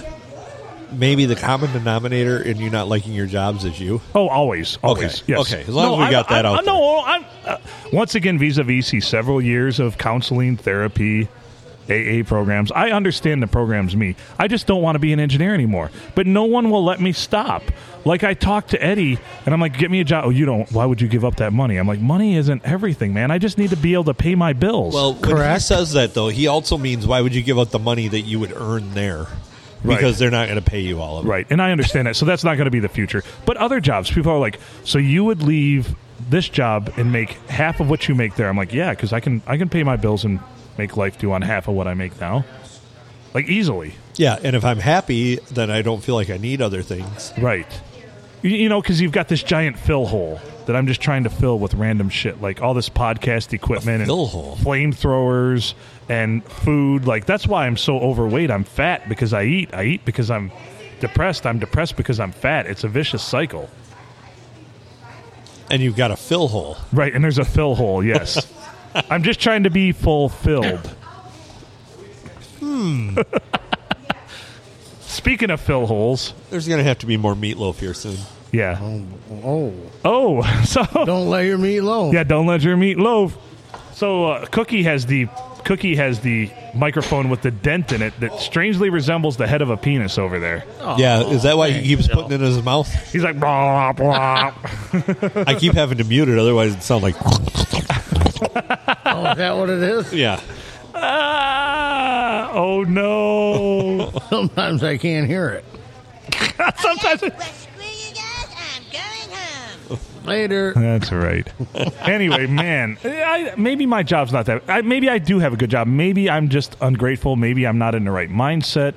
[SPEAKER 3] maybe the common denominator in you not liking your jobs is you?
[SPEAKER 2] Oh, always, always,
[SPEAKER 3] Okay,
[SPEAKER 2] yes.
[SPEAKER 3] okay, as long as we got that
[SPEAKER 2] I'm,
[SPEAKER 3] out
[SPEAKER 2] I'm, No, I'm uh, once again vis-a-vis see several years of counseling, therapy, AA programs. I understand the programs me. I just don't want to be an engineer anymore. But no one will let me stop. Like I talked to Eddie, and I'm like, "Get me a job." Oh, you don't. Why would you give up that money? I'm like, "Money isn't everything, man. I just need to be able to pay my bills."
[SPEAKER 3] Well, when he
[SPEAKER 1] Correct.
[SPEAKER 3] says that though, he also means why would you give up the money that you would earn there?
[SPEAKER 2] Right.
[SPEAKER 3] Because they're not going to pay you all of it.
[SPEAKER 2] Right. And I understand that. So that's not going to be the future. But other jobs, people are like, so you would leave this job and make half of what you make there. I'm like, yeah, because I can I can pay my bills and make life do on half of what I make now, like easily.
[SPEAKER 3] Yeah, and if I'm happy, then I don't feel like I need other things.
[SPEAKER 2] Right. You, you know, because you've got this giant fill hole that I'm just trying to fill with random shit, like all this podcast equipment and
[SPEAKER 3] fill hole?
[SPEAKER 2] flamethrowers and food. Like that's why I'm so overweight. I'm fat because I eat. I eat because I'm depressed. I'm depressed because I'm fat. It's a vicious cycle.
[SPEAKER 3] And you've got a fill hole.
[SPEAKER 2] Right, and there's a fill hole, yes. I'm just trying to be fulfilled. Hmm. <laughs> Speaking of fill holes,
[SPEAKER 3] There's going to have to be more meatloaf here soon.
[SPEAKER 2] yeah.
[SPEAKER 1] Oh,
[SPEAKER 2] Oh, <laughs> so
[SPEAKER 1] don't let your meat low.
[SPEAKER 2] yeah, don't let your meat loaf. So uh, Cookie has the Cookie has the microphone with the dent in it that strangely resembles the head of a penis over there.
[SPEAKER 3] yeah, is that why he keeps putting it in his <laughs> mouth?
[SPEAKER 2] He's like blah blah.
[SPEAKER 3] I keep having to mute it, otherwise it sounds like. <laughs>
[SPEAKER 1] Oh, is that what it is? <laughs>
[SPEAKER 3] yeah.
[SPEAKER 2] ah, oh no.
[SPEAKER 1] Sometimes I can't hear it.
[SPEAKER 2] Sometimes it-
[SPEAKER 6] Well, screw you guys. I'm going home.
[SPEAKER 1] Later.
[SPEAKER 2] That's right. anyway, man, I, maybe my job's not that. I, maybe I do have a good job. Maybe I'm just ungrateful. Maybe I'm not in the right mindset.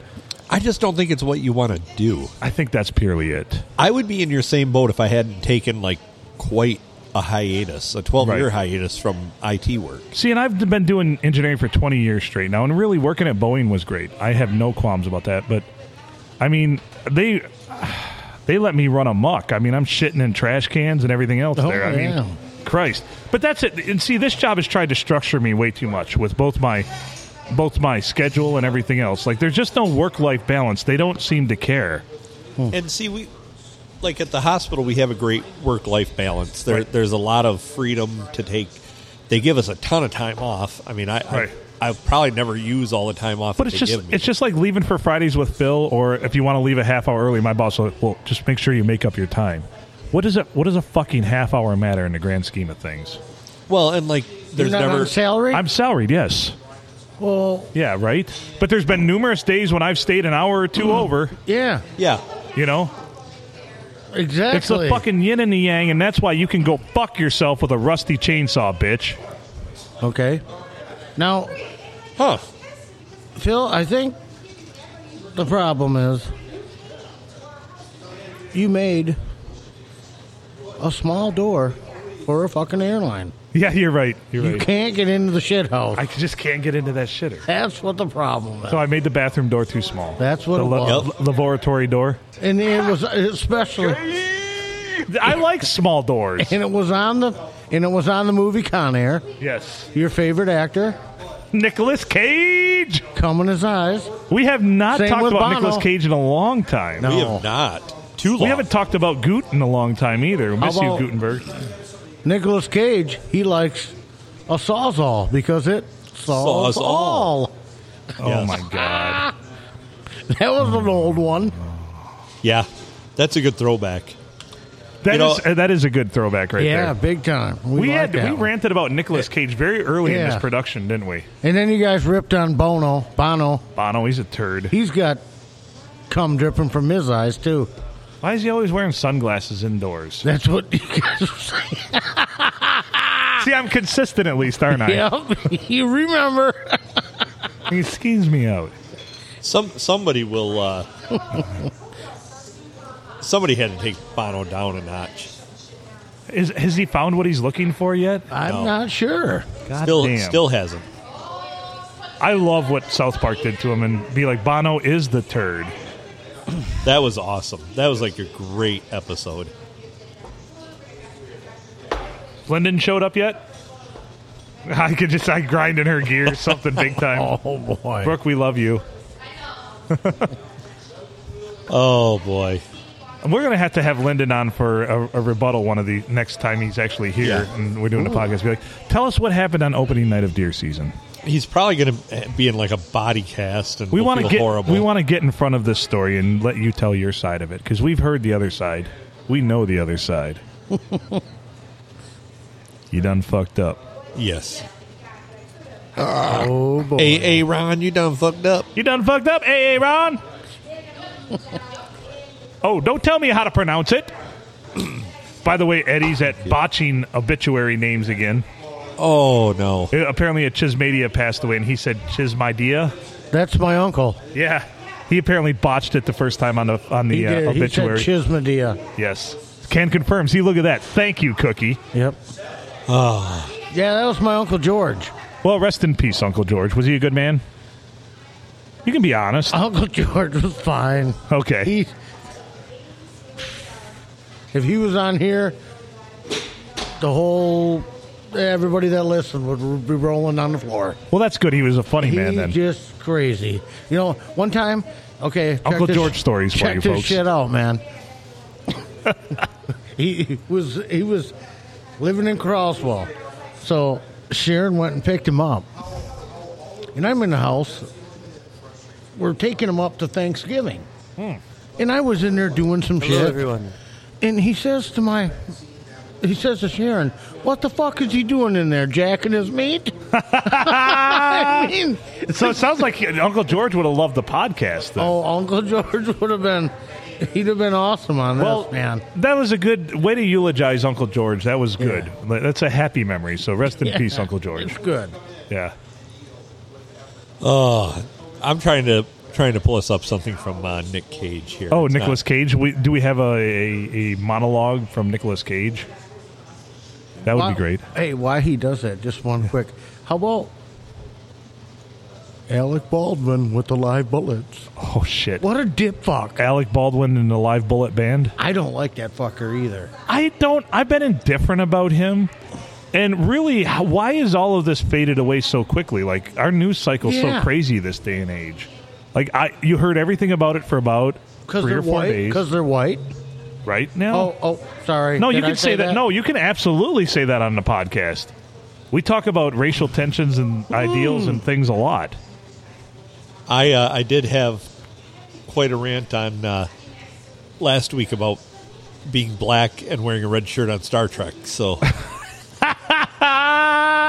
[SPEAKER 3] I just don't think it's what you want to do.
[SPEAKER 2] I think that's purely it.
[SPEAKER 3] I would be in your same boat if I hadn't taken, like, quite a hiatus, a 12 year
[SPEAKER 2] Right.
[SPEAKER 3] hiatus from IT work.
[SPEAKER 2] See, and I've been doing engineering for 20 years straight now, and really working at Boeing was great. I have no qualms about that. But I mean, they <sighs> they let me run amok. I mean, I'm shitting in trash cans and everything else
[SPEAKER 1] Oh,
[SPEAKER 2] there. I
[SPEAKER 1] yeah.
[SPEAKER 2] mean, Christ. But that's it. And see, this job has tried to structure me way too much with both my both my schedule and everything else. Like, there's just no work life balance. They don't seem to care.
[SPEAKER 3] And see, we like at the hospital, we have a great work life balance. There, there's a lot of freedom to take. They give us a ton of time off. I mean, I.
[SPEAKER 2] Right.
[SPEAKER 3] I I probably never use all the time off,
[SPEAKER 2] But
[SPEAKER 3] that
[SPEAKER 2] it's
[SPEAKER 3] they
[SPEAKER 2] just
[SPEAKER 3] give me.
[SPEAKER 2] it's just like leaving for Fridays with Phil, or if you want to leave a half hour early, my boss will well just make sure you make up your time. What does it? What does a fucking half hour matter in the grand scheme of things?
[SPEAKER 3] well, and like
[SPEAKER 1] You're
[SPEAKER 3] there's
[SPEAKER 1] not
[SPEAKER 3] never
[SPEAKER 1] on salary?
[SPEAKER 2] I'm salaried, yes,
[SPEAKER 1] well,
[SPEAKER 2] yeah, right. But there's been numerous days when I've stayed an hour or
[SPEAKER 1] Mm.
[SPEAKER 2] two over.
[SPEAKER 1] yeah,
[SPEAKER 3] yeah.
[SPEAKER 2] You know,
[SPEAKER 1] exactly.
[SPEAKER 2] it's the fucking yin and the yang, and that's why you can go fuck yourself with a rusty chainsaw, bitch. <laughs>
[SPEAKER 1] Okay. Now,
[SPEAKER 3] Huh.
[SPEAKER 1] Phil, I think the problem is you made a small door for a fucking airline.
[SPEAKER 2] Yeah, you're right. You're
[SPEAKER 1] You
[SPEAKER 2] right.
[SPEAKER 1] can't get into the shit house.
[SPEAKER 2] I just can't get into that shitter.
[SPEAKER 1] That's what the problem is.
[SPEAKER 2] So I made the bathroom door too small.
[SPEAKER 1] That's what
[SPEAKER 2] the
[SPEAKER 1] it was.
[SPEAKER 2] la-
[SPEAKER 1] <laughs>
[SPEAKER 2] laboratory door.
[SPEAKER 1] And it was especially
[SPEAKER 2] I like small doors.
[SPEAKER 1] and it was on the and it was on the movie Con Air.
[SPEAKER 2] Yes.
[SPEAKER 1] Your favorite actor,
[SPEAKER 2] Nicholas Cage.
[SPEAKER 1] coming his eyes.
[SPEAKER 2] We have not
[SPEAKER 1] Same
[SPEAKER 2] talked
[SPEAKER 1] with
[SPEAKER 2] about
[SPEAKER 1] Bono.
[SPEAKER 2] Nicolas Cage in a long time.
[SPEAKER 1] No.
[SPEAKER 3] We have not too long.
[SPEAKER 2] We haven't talked about Goot in a long time either. Miss
[SPEAKER 1] about-
[SPEAKER 2] you, Gutenberg.
[SPEAKER 1] Nicholas Cage, he likes a sawzall because it saws,
[SPEAKER 3] Saws all.
[SPEAKER 1] all.
[SPEAKER 2] Oh my God!
[SPEAKER 1] <laughs> That was an old one.
[SPEAKER 3] Yeah, that's a good throwback.
[SPEAKER 2] That is
[SPEAKER 3] You know-
[SPEAKER 2] uh, that is a good throwback right
[SPEAKER 1] yeah,
[SPEAKER 2] there.
[SPEAKER 1] big time. We,
[SPEAKER 2] We
[SPEAKER 1] like
[SPEAKER 2] had
[SPEAKER 1] that
[SPEAKER 2] we
[SPEAKER 1] one.
[SPEAKER 2] ranted about Nicolas Cage very early in
[SPEAKER 1] Yeah.
[SPEAKER 2] this production, didn't we?
[SPEAKER 1] And then you guys ripped on Bono. Bono,
[SPEAKER 2] Bono, he's a turd.
[SPEAKER 1] he's got cum dripping from his eyes too.
[SPEAKER 2] Why is he always wearing sunglasses indoors?
[SPEAKER 1] That's what you guys <laughs> were saying. Ah. <laughs>
[SPEAKER 2] See, I'm consistent at least, aren't I?
[SPEAKER 1] Yep, you remember.
[SPEAKER 2] He skis me out.
[SPEAKER 3] Some somebody will. Uh, somebody had to take Bono down a notch.
[SPEAKER 2] Is has he found what he's looking for yet?
[SPEAKER 1] I'm
[SPEAKER 3] No.
[SPEAKER 1] not sure.
[SPEAKER 2] God
[SPEAKER 3] Still,
[SPEAKER 2] Ah, damn.
[SPEAKER 3] still hasn't.
[SPEAKER 2] I love what South Park did to him and be like, Bono is the turd.
[SPEAKER 3] That was awesome. That was like a great episode.
[SPEAKER 2] Lyndon showed up yet? I could just I grind in her gear something big
[SPEAKER 3] <laughs>
[SPEAKER 2] time.
[SPEAKER 1] Oh boy.
[SPEAKER 2] Brooke, we love you.
[SPEAKER 3] Oh boy.
[SPEAKER 2] And we're gonna have to have Lyndon on for a, a rebuttal one of the next time he's actually here
[SPEAKER 3] Yeah.
[SPEAKER 2] and we're doing the podcast. Be like, tell us what happened on opening night of deer season.
[SPEAKER 3] He's probably going to be in like a body cast, and
[SPEAKER 2] We
[SPEAKER 3] will
[SPEAKER 2] want to
[SPEAKER 3] feel
[SPEAKER 2] get
[SPEAKER 3] horrible.
[SPEAKER 2] we want to get in front of this story and let you tell your side of it because we've heard the other side. We know the other
[SPEAKER 3] <laughs>
[SPEAKER 2] side. you done fucked up.
[SPEAKER 3] yes.
[SPEAKER 1] Oh boy.
[SPEAKER 3] Hey, hey, Ron, you done fucked up.
[SPEAKER 2] You done fucked up, AA
[SPEAKER 1] <laughs>
[SPEAKER 2] Ron. oh, don't tell me how to pronounce it. <clears throat> By the way, Eddie's at botching obituary names again.
[SPEAKER 3] Oh no.
[SPEAKER 2] Uh, apparently, a Chismadia passed away, and he said Chismadia.
[SPEAKER 1] That's my uncle.
[SPEAKER 2] Yeah, he apparently botched it the first time on the on the
[SPEAKER 1] He
[SPEAKER 2] uh,
[SPEAKER 1] did. He said
[SPEAKER 2] obituary.
[SPEAKER 1] Chismadea.
[SPEAKER 2] yes, can confirm. See, look at that. Thank you, Cookie.
[SPEAKER 1] Yep. Ah. Yeah, that was my uncle George.
[SPEAKER 2] Well, rest in peace, Uncle George. Was he a good man? You can be honest.
[SPEAKER 1] Uncle George was fine.
[SPEAKER 2] Okay.
[SPEAKER 1] He, if he was on here, the whole everybody that listened would be rolling on the floor.
[SPEAKER 2] well, that's good. He was a funny man
[SPEAKER 1] He
[SPEAKER 2] then.
[SPEAKER 1] just crazy. You know, one time, okay, check
[SPEAKER 2] Uncle
[SPEAKER 1] this-
[SPEAKER 2] George stories for
[SPEAKER 1] Check
[SPEAKER 2] you
[SPEAKER 1] this
[SPEAKER 2] folks.
[SPEAKER 1] shit out,
[SPEAKER 2] <laughs>
[SPEAKER 1] man. he was he was living in Crosswell, so Sharon went and picked him up, and I'm in the house. We're taking him up to Thanksgiving,
[SPEAKER 2] Hmm.
[SPEAKER 1] and I was in there doing some shit.
[SPEAKER 5] everyone.
[SPEAKER 1] And he says to my, he says to Sharon, "What the fuck is he doing in there, jacking his meat?" <laughs> I mean,
[SPEAKER 2] So it sounds like Uncle George would have loved the podcast. Then.
[SPEAKER 1] oh, Uncle George <laughs> would have been, he'd have been awesome on this, man.
[SPEAKER 2] that was a good way to eulogize Uncle George. That was good. That's a happy memory. So rest in peace, Uncle
[SPEAKER 1] <laughs>
[SPEAKER 2] George.
[SPEAKER 1] It's good.
[SPEAKER 2] Yeah.
[SPEAKER 3] Uh, I'm trying to trying to pull us up something from uh, Nick Cage here.
[SPEAKER 2] Oh,
[SPEAKER 3] It's not-
[SPEAKER 2] Nicolas Cage. We, do we have a, a, a monologue from Nicolas Cage? That would
[SPEAKER 1] Why-
[SPEAKER 2] be great.
[SPEAKER 1] Hey, why he does that? Just one quick. How about Alec Baldwin with the live bullets?
[SPEAKER 2] Oh shit!
[SPEAKER 1] What a dip fuck!
[SPEAKER 2] Alec Baldwin and the Live Bullet Band.
[SPEAKER 1] I don't like that fucker either.
[SPEAKER 2] I don't. I've been indifferent about him. And really, how, why is all of this faded away so quickly? Like our news cycle's
[SPEAKER 1] Yeah.
[SPEAKER 2] so crazy this day and age. Like I, you heard everything about it for about
[SPEAKER 1] Because
[SPEAKER 2] three
[SPEAKER 1] they're
[SPEAKER 2] or four
[SPEAKER 1] white.
[SPEAKER 2] days.
[SPEAKER 1] Because they're white.
[SPEAKER 2] right now.
[SPEAKER 1] Oh, oh, sorry.
[SPEAKER 2] no,
[SPEAKER 1] Did
[SPEAKER 2] you
[SPEAKER 1] I
[SPEAKER 2] can say, that. No, you can absolutely say that on the podcast. We talk about racial tensions and ideals and things a lot.
[SPEAKER 3] I uh, I did have quite a rant on uh, last week about being black and wearing a red shirt on Star Trek.
[SPEAKER 1] <laughs>
[SPEAKER 3] So.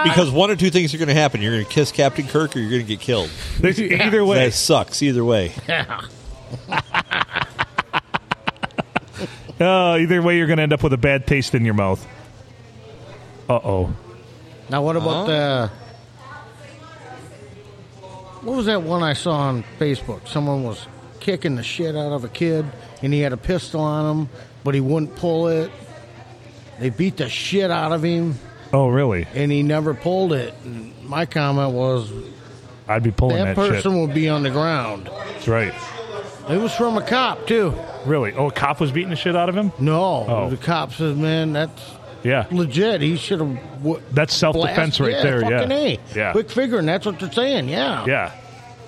[SPEAKER 3] Because one or two things are going to happen. You're going to kiss Captain Kirk or you're going to get killed.
[SPEAKER 1] <laughs>
[SPEAKER 2] There's- Either way,
[SPEAKER 3] That sucks either way.
[SPEAKER 2] uh, either way, you're going to end up with a bad taste in your mouth. Uh oh.
[SPEAKER 1] Now, what about the? What was that one I saw on Facebook? Someone was kicking the shit out of a kid, and he had a pistol on him, but he wouldn't pull it. They beat the shit out of him,
[SPEAKER 2] Oh really?
[SPEAKER 1] and he never pulled it. And my comment was,
[SPEAKER 2] I'd be pulling
[SPEAKER 1] that
[SPEAKER 2] that,
[SPEAKER 1] person
[SPEAKER 2] shit.
[SPEAKER 1] will be on the ground.
[SPEAKER 2] That's right.
[SPEAKER 1] It was from a cop too.
[SPEAKER 2] Really? Oh, a cop was beating the shit out of him.
[SPEAKER 1] No,
[SPEAKER 2] Oh.
[SPEAKER 1] the cop says, "Man, that's
[SPEAKER 2] Yeah.
[SPEAKER 1] legit. He should have." W-
[SPEAKER 2] That's self-defense
[SPEAKER 1] blast-
[SPEAKER 2] right
[SPEAKER 1] yeah,
[SPEAKER 2] there.
[SPEAKER 1] fucking
[SPEAKER 2] Yeah.
[SPEAKER 1] A.
[SPEAKER 2] Yeah.
[SPEAKER 1] Quick figuring. That's what they're saying. Yeah.
[SPEAKER 2] Yeah.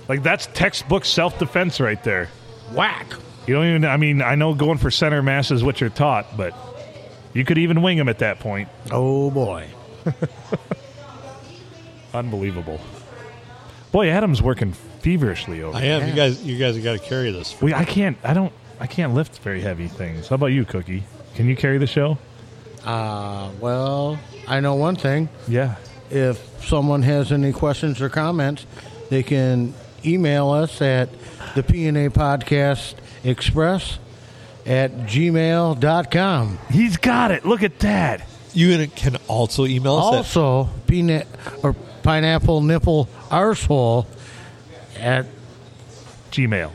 [SPEAKER 2] Like that's textbook self-defense right there.
[SPEAKER 1] Whack.
[SPEAKER 2] You don't even I mean, I know going for center mass is what you're taught, but you could even wing him at that point.
[SPEAKER 1] Oh boy.
[SPEAKER 2] Unbelievable. Boy, Adam's working feverishly over.
[SPEAKER 3] I
[SPEAKER 2] I,
[SPEAKER 3] am. You guys, you guys have got to carry this.
[SPEAKER 2] we, I can't I don't I can't lift very heavy things. How about you, Cookie? Can you carry the show?
[SPEAKER 1] Uh, well, I know one thing.
[SPEAKER 2] Yeah.
[SPEAKER 1] If someone has any questions or comments, they can email us at the PNA Podcast Express at gmail.com.
[SPEAKER 2] He's got it. Look at that.
[SPEAKER 3] You can also email us. at-
[SPEAKER 1] Also, peanut or pineapple nipple arsehole at <laughs>
[SPEAKER 2] Gmail.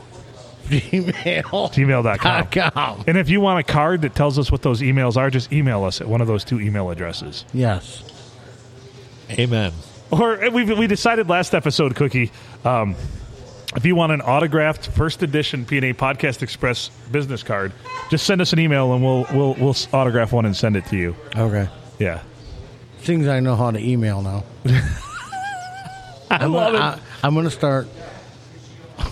[SPEAKER 1] gmail
[SPEAKER 2] Gmail.com.
[SPEAKER 1] dot com.
[SPEAKER 2] And if you want a card that tells us what those emails are, just email us at one of those two email addresses.
[SPEAKER 1] Yes.
[SPEAKER 3] Amen.
[SPEAKER 2] Or uh, we, we decided last episode, Cookie, um, if you want an autographed first edition PNA Podcast Express business card, just send us an email and we'll we'll we'll s- autograph one and send it to you.
[SPEAKER 1] Okay.
[SPEAKER 2] Yeah.
[SPEAKER 1] Things I know how to email <laughs> now. I
[SPEAKER 2] love it.
[SPEAKER 1] I'm gonna start.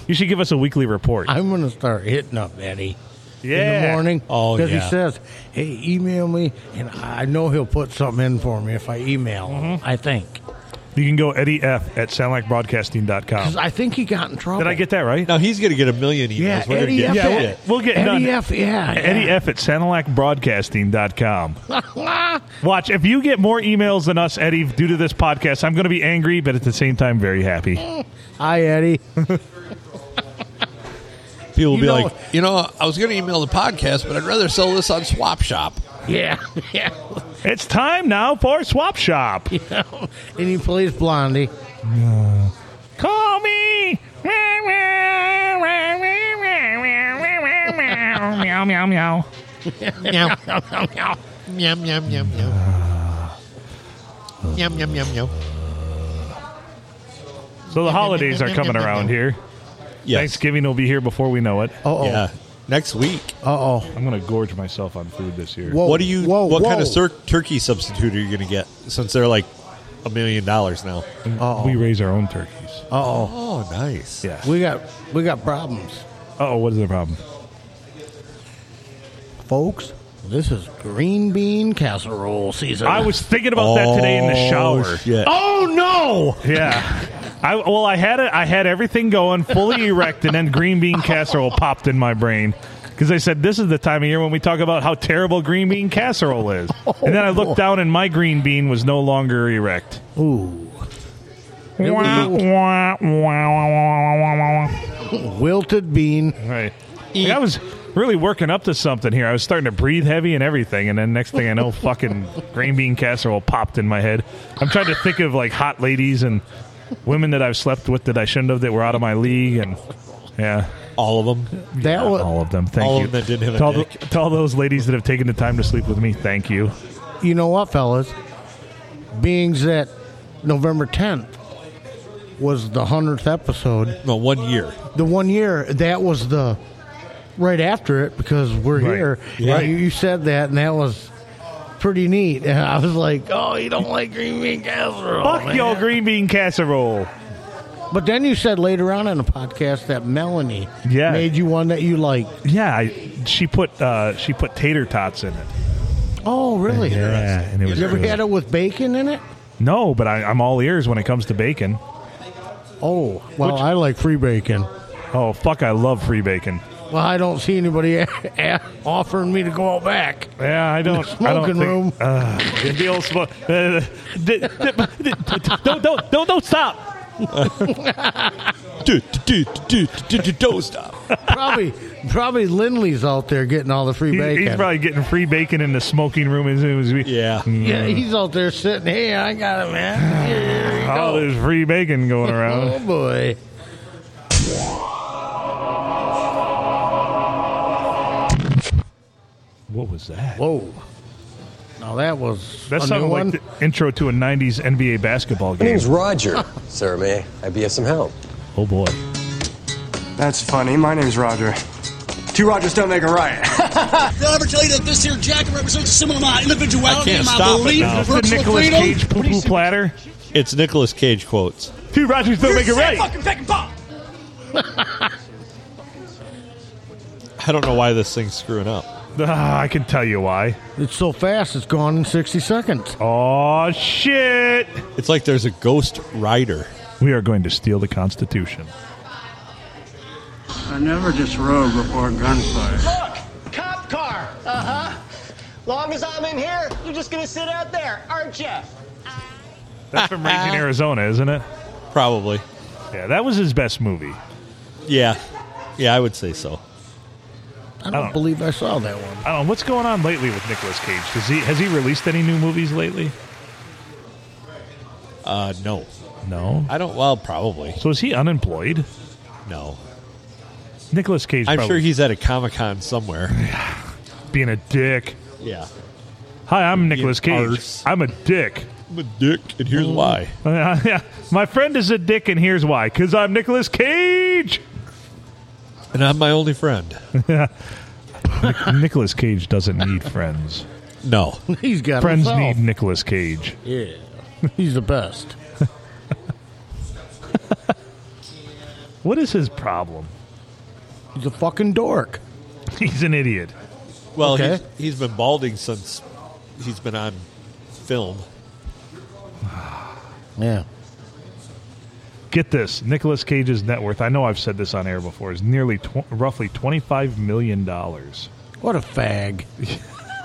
[SPEAKER 2] You should give us a weekly report.
[SPEAKER 1] I'm gonna start hitting up Eddie
[SPEAKER 2] yeah.
[SPEAKER 1] Uh, in the morning.
[SPEAKER 3] Oh,
[SPEAKER 1] because
[SPEAKER 3] yeah.
[SPEAKER 1] he says, "Hey, email me," and I know he'll put something in for me if I email him.
[SPEAKER 2] Mm-hmm.
[SPEAKER 1] I think
[SPEAKER 2] You can go Eddie F at soundlikebroadcasting.com.
[SPEAKER 1] because I think he got in trouble.
[SPEAKER 2] Did I get that right?
[SPEAKER 3] Now he's going to get a million emails.
[SPEAKER 1] Yeah,
[SPEAKER 3] We're gonna
[SPEAKER 1] Eddie
[SPEAKER 3] get
[SPEAKER 1] F.
[SPEAKER 2] Yeah, we'll-
[SPEAKER 3] shit.
[SPEAKER 2] we'll get
[SPEAKER 1] Eddie
[SPEAKER 2] done.
[SPEAKER 1] F. Yeah,
[SPEAKER 2] Eddie F at Sanilacbroadcasting.com.
[SPEAKER 1] yeah.
[SPEAKER 2] Watch, if you get more emails than us, Eddie, due to this podcast, I'm going to be angry, but at the same time, very happy.
[SPEAKER 1] <laughs> Hi, Eddie.
[SPEAKER 3] People will
[SPEAKER 1] You
[SPEAKER 3] be
[SPEAKER 1] know-
[SPEAKER 3] like, you know, I was going to email the podcast, but I'd rather sell this on Swap Shop.
[SPEAKER 1] yeah, <laughs> yeah.
[SPEAKER 2] It's time now for Swap Shop.
[SPEAKER 1] and he plays Blondie.
[SPEAKER 2] Call me. meow, meow, meow.
[SPEAKER 5] Meow, meow, meow, meow. Meow, meow, meow, meow. Meow, meow, meow, meow.
[SPEAKER 2] So the holidays are coming around here.
[SPEAKER 3] Yes.
[SPEAKER 2] Thanksgiving will be here before we know it.
[SPEAKER 1] Oh,
[SPEAKER 3] Yeah. Next week.
[SPEAKER 1] uh oh.
[SPEAKER 2] I'm going to gorge myself on food this year.
[SPEAKER 1] Whoa,
[SPEAKER 3] what do you?
[SPEAKER 1] Whoa,
[SPEAKER 3] what
[SPEAKER 1] whoa.
[SPEAKER 3] kind of sur- turkey substitute are you going to get? Since they're like a million dollars now.
[SPEAKER 2] We raise our own turkeys.
[SPEAKER 1] Uh oh.
[SPEAKER 3] Oh, nice.
[SPEAKER 2] Yeah.
[SPEAKER 1] We got we got problems,
[SPEAKER 2] Oh, what is the problem?
[SPEAKER 1] folks. This is green bean casserole season.
[SPEAKER 2] I was thinking about that today in the shower.
[SPEAKER 3] Shit.
[SPEAKER 1] Oh no!
[SPEAKER 2] Yeah. I, well, I had it. I had everything going, <laughs> fully erect, and then green bean casserole popped in my brain because I said this is the time of year when we talk about how terrible green bean casserole <laughs> is. and then I looked down, and my green bean was no longer erect.
[SPEAKER 1] Ooh,
[SPEAKER 2] Wah, wah, wah, wah, wah, wah, wah, wah.
[SPEAKER 1] wilted bean.
[SPEAKER 2] Right. Like, I was really working up to something here. I was starting to breathe heavy and everything, and then next thing I know, fucking green bean casserole popped in my head. I'm trying to think of like hot ladies and women that I've slept with that I shouldn't have that were out of my league, and yeah,
[SPEAKER 3] All of them.
[SPEAKER 1] That was
[SPEAKER 2] all of them. Thank
[SPEAKER 3] All of
[SPEAKER 2] you.
[SPEAKER 3] them that didn't have a
[SPEAKER 2] to, all the-
[SPEAKER 3] dick.
[SPEAKER 2] to all those ladies that have taken the time to sleep with me, thank you.
[SPEAKER 1] you know what, fellas? Beings that November 10th was the 100th episode,
[SPEAKER 3] No, one year.
[SPEAKER 1] the one year that was the right after it because we're
[SPEAKER 2] Right.
[SPEAKER 1] here.
[SPEAKER 3] Yeah.
[SPEAKER 1] And you, you said that, and that was pretty neat. <laughs> And I was like, oh, you don't like green bean casserole.
[SPEAKER 3] Oh,
[SPEAKER 2] Fuck
[SPEAKER 1] man."
[SPEAKER 2] y'all, green bean casserole.
[SPEAKER 1] But then you said later on in the podcast that Melanie
[SPEAKER 2] Yeah.
[SPEAKER 1] made you one that you like.
[SPEAKER 2] Yeah, I, she put uh, she put tater tots in it.
[SPEAKER 1] Oh, really?
[SPEAKER 2] Yeah, and it was
[SPEAKER 1] You ever
[SPEAKER 2] good.
[SPEAKER 1] had it with bacon in it?
[SPEAKER 2] No, but I, I'm all ears when it comes to bacon.
[SPEAKER 1] Oh, well, I like free bacon.
[SPEAKER 2] Oh fuck, I love free bacon.
[SPEAKER 1] Well, I don't see anybody <laughs> offering me to go out back.
[SPEAKER 2] Yeah, I don't.
[SPEAKER 1] the
[SPEAKER 2] I don't
[SPEAKER 1] smoking
[SPEAKER 2] think-
[SPEAKER 1] room.
[SPEAKER 2] Ugh, in the old smoke. Uh, d- d- d- d- don't don't don't don't
[SPEAKER 3] <laughs>
[SPEAKER 2] stop.
[SPEAKER 3] Do, do, do, do, do, do, do, stop.
[SPEAKER 1] Probably, probably Lindley's out there getting all the free
[SPEAKER 2] He-
[SPEAKER 1] bacon.
[SPEAKER 2] he's probably getting free bacon in the smoking room. As soon as we, Mm.
[SPEAKER 3] Yeah.
[SPEAKER 1] yeah, he's out there sitting. Hey, I got it, man. Here you
[SPEAKER 2] all
[SPEAKER 1] go.
[SPEAKER 2] this free bacon going
[SPEAKER 1] Oh
[SPEAKER 2] around.
[SPEAKER 1] boy.
[SPEAKER 2] <laughs> what was that?
[SPEAKER 1] Whoa. Now that was
[SPEAKER 2] That
[SPEAKER 1] a new
[SPEAKER 2] sounded like
[SPEAKER 1] one.
[SPEAKER 2] the intro to a '90s NBA basketball
[SPEAKER 7] My
[SPEAKER 2] game.
[SPEAKER 5] name's Roger. Sir, may I be of some help?
[SPEAKER 2] Oh boy.
[SPEAKER 8] That's funny. My name's Roger. Two Rogers don't make a riot.
[SPEAKER 9] Did I ever tell you that this here jacket represents some of my individuality
[SPEAKER 3] I can't
[SPEAKER 9] and my
[SPEAKER 3] stop it
[SPEAKER 9] belief
[SPEAKER 3] now.
[SPEAKER 9] in
[SPEAKER 2] Is this the
[SPEAKER 9] personal
[SPEAKER 2] Nicolas
[SPEAKER 9] freedom?
[SPEAKER 2] Cage poo poo platter?
[SPEAKER 3] It's Nicolas Cage quotes.
[SPEAKER 2] Two Rogers don't make it right.
[SPEAKER 9] Fucking fucking pop.
[SPEAKER 3] I don't know why this thing's screwing up.
[SPEAKER 2] Ah, I can tell you why.
[SPEAKER 1] It's so fast. It's gone in sixty seconds.
[SPEAKER 2] Oh shit!
[SPEAKER 3] It's like there's a ghost rider.
[SPEAKER 2] We are going to steal the Constitution.
[SPEAKER 8] I never disrobe before gunfire.
[SPEAKER 10] Look, cop car. Uh huh. Long as I'm in here, you're just gonna sit out there, aren't you?
[SPEAKER 2] That's
[SPEAKER 1] <laughs>
[SPEAKER 2] from Raging Arizona, isn't it?
[SPEAKER 3] Probably.
[SPEAKER 2] Yeah, that was his best movie.
[SPEAKER 3] Yeah. Yeah, I would say so.
[SPEAKER 1] I don't,
[SPEAKER 2] don't-
[SPEAKER 1] believe I saw that one. <laughs>
[SPEAKER 2] I don't know what's going on lately with Nicolas Cage. Does he has he released any new movies lately?
[SPEAKER 3] Uh, no.
[SPEAKER 2] No.
[SPEAKER 3] Uh, I don't, well, probably.
[SPEAKER 2] So is he unemployed?
[SPEAKER 3] No,
[SPEAKER 2] Nicholas Cage.
[SPEAKER 3] I'm
[SPEAKER 2] probably
[SPEAKER 3] sure he's at a comic con somewhere. <laughs>
[SPEAKER 2] being a dick.
[SPEAKER 3] yeah,
[SPEAKER 2] Hi, I'm Nicholas Cage.
[SPEAKER 3] arse.
[SPEAKER 2] I'm a dick. <laughs>
[SPEAKER 3] I'm a dick, and here's why.
[SPEAKER 2] yeah, my friend is a dick, and here's why. Because I'm Nicholas Cage. <laughs>
[SPEAKER 3] And I'm my only friend.
[SPEAKER 2] Nicholas Cage doesn't need
[SPEAKER 3] <laughs>
[SPEAKER 2] friends.
[SPEAKER 3] No,
[SPEAKER 1] He's got
[SPEAKER 2] Friends
[SPEAKER 1] himself.
[SPEAKER 2] need Nicolas Cage.
[SPEAKER 1] Yeah, he's the best.
[SPEAKER 2] What is his problem? <laughs>
[SPEAKER 1] He's a fucking dork.
[SPEAKER 2] He's an idiot.
[SPEAKER 3] well,
[SPEAKER 1] Okay.
[SPEAKER 3] he's, he's been balding since he's been on film.
[SPEAKER 1] Yeah.
[SPEAKER 2] Get this: Nicolas Cage's net worth. I know I've said this on air before. Is nearly tw- roughly twenty-five million dollars.
[SPEAKER 1] What a fag.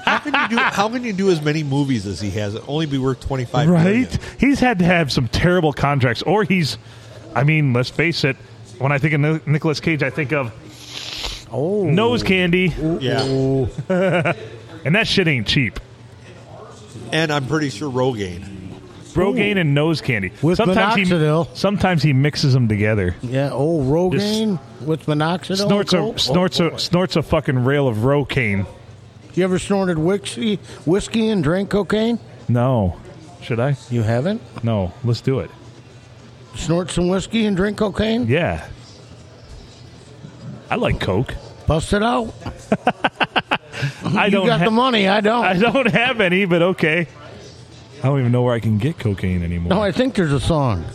[SPEAKER 3] How can <laughs> you do? how can you do as many movies as he has? and Only be worth twenty five.
[SPEAKER 2] Right? He's had to have some terrible contracts, or he's. I mean, let's face it. When I think of Ni- Nicolas Cage, I think of
[SPEAKER 1] Oh.
[SPEAKER 2] nose candy,
[SPEAKER 3] Yeah,
[SPEAKER 2] <laughs> and that shit ain't cheap.
[SPEAKER 3] and I'm pretty sure Rogaine.
[SPEAKER 2] Rogaine and nose candy.
[SPEAKER 1] With
[SPEAKER 2] He,
[SPEAKER 1] minoxidil.
[SPEAKER 2] sometimes he mixes them together.
[SPEAKER 1] Yeah. Oh, Rogaine with minoxidil.
[SPEAKER 2] Snorts
[SPEAKER 1] Oh,
[SPEAKER 2] a snorts
[SPEAKER 1] boy.
[SPEAKER 2] a snorts a fucking rail of Rogaine.
[SPEAKER 1] You ever snorted whiskey, whiskey and drank cocaine?
[SPEAKER 2] No, should I?
[SPEAKER 1] You haven't?
[SPEAKER 2] No, let's do it.
[SPEAKER 1] Snort some whiskey and drink cocaine?
[SPEAKER 2] Yeah. I like Coke.
[SPEAKER 1] Bust it out.
[SPEAKER 2] I
[SPEAKER 1] You
[SPEAKER 2] don't
[SPEAKER 1] got
[SPEAKER 2] ha-
[SPEAKER 1] the money. I don't.
[SPEAKER 2] <laughs> I don't have any, but okay. I don't even know where I can get cocaine anymore.
[SPEAKER 1] no, I think there's a song.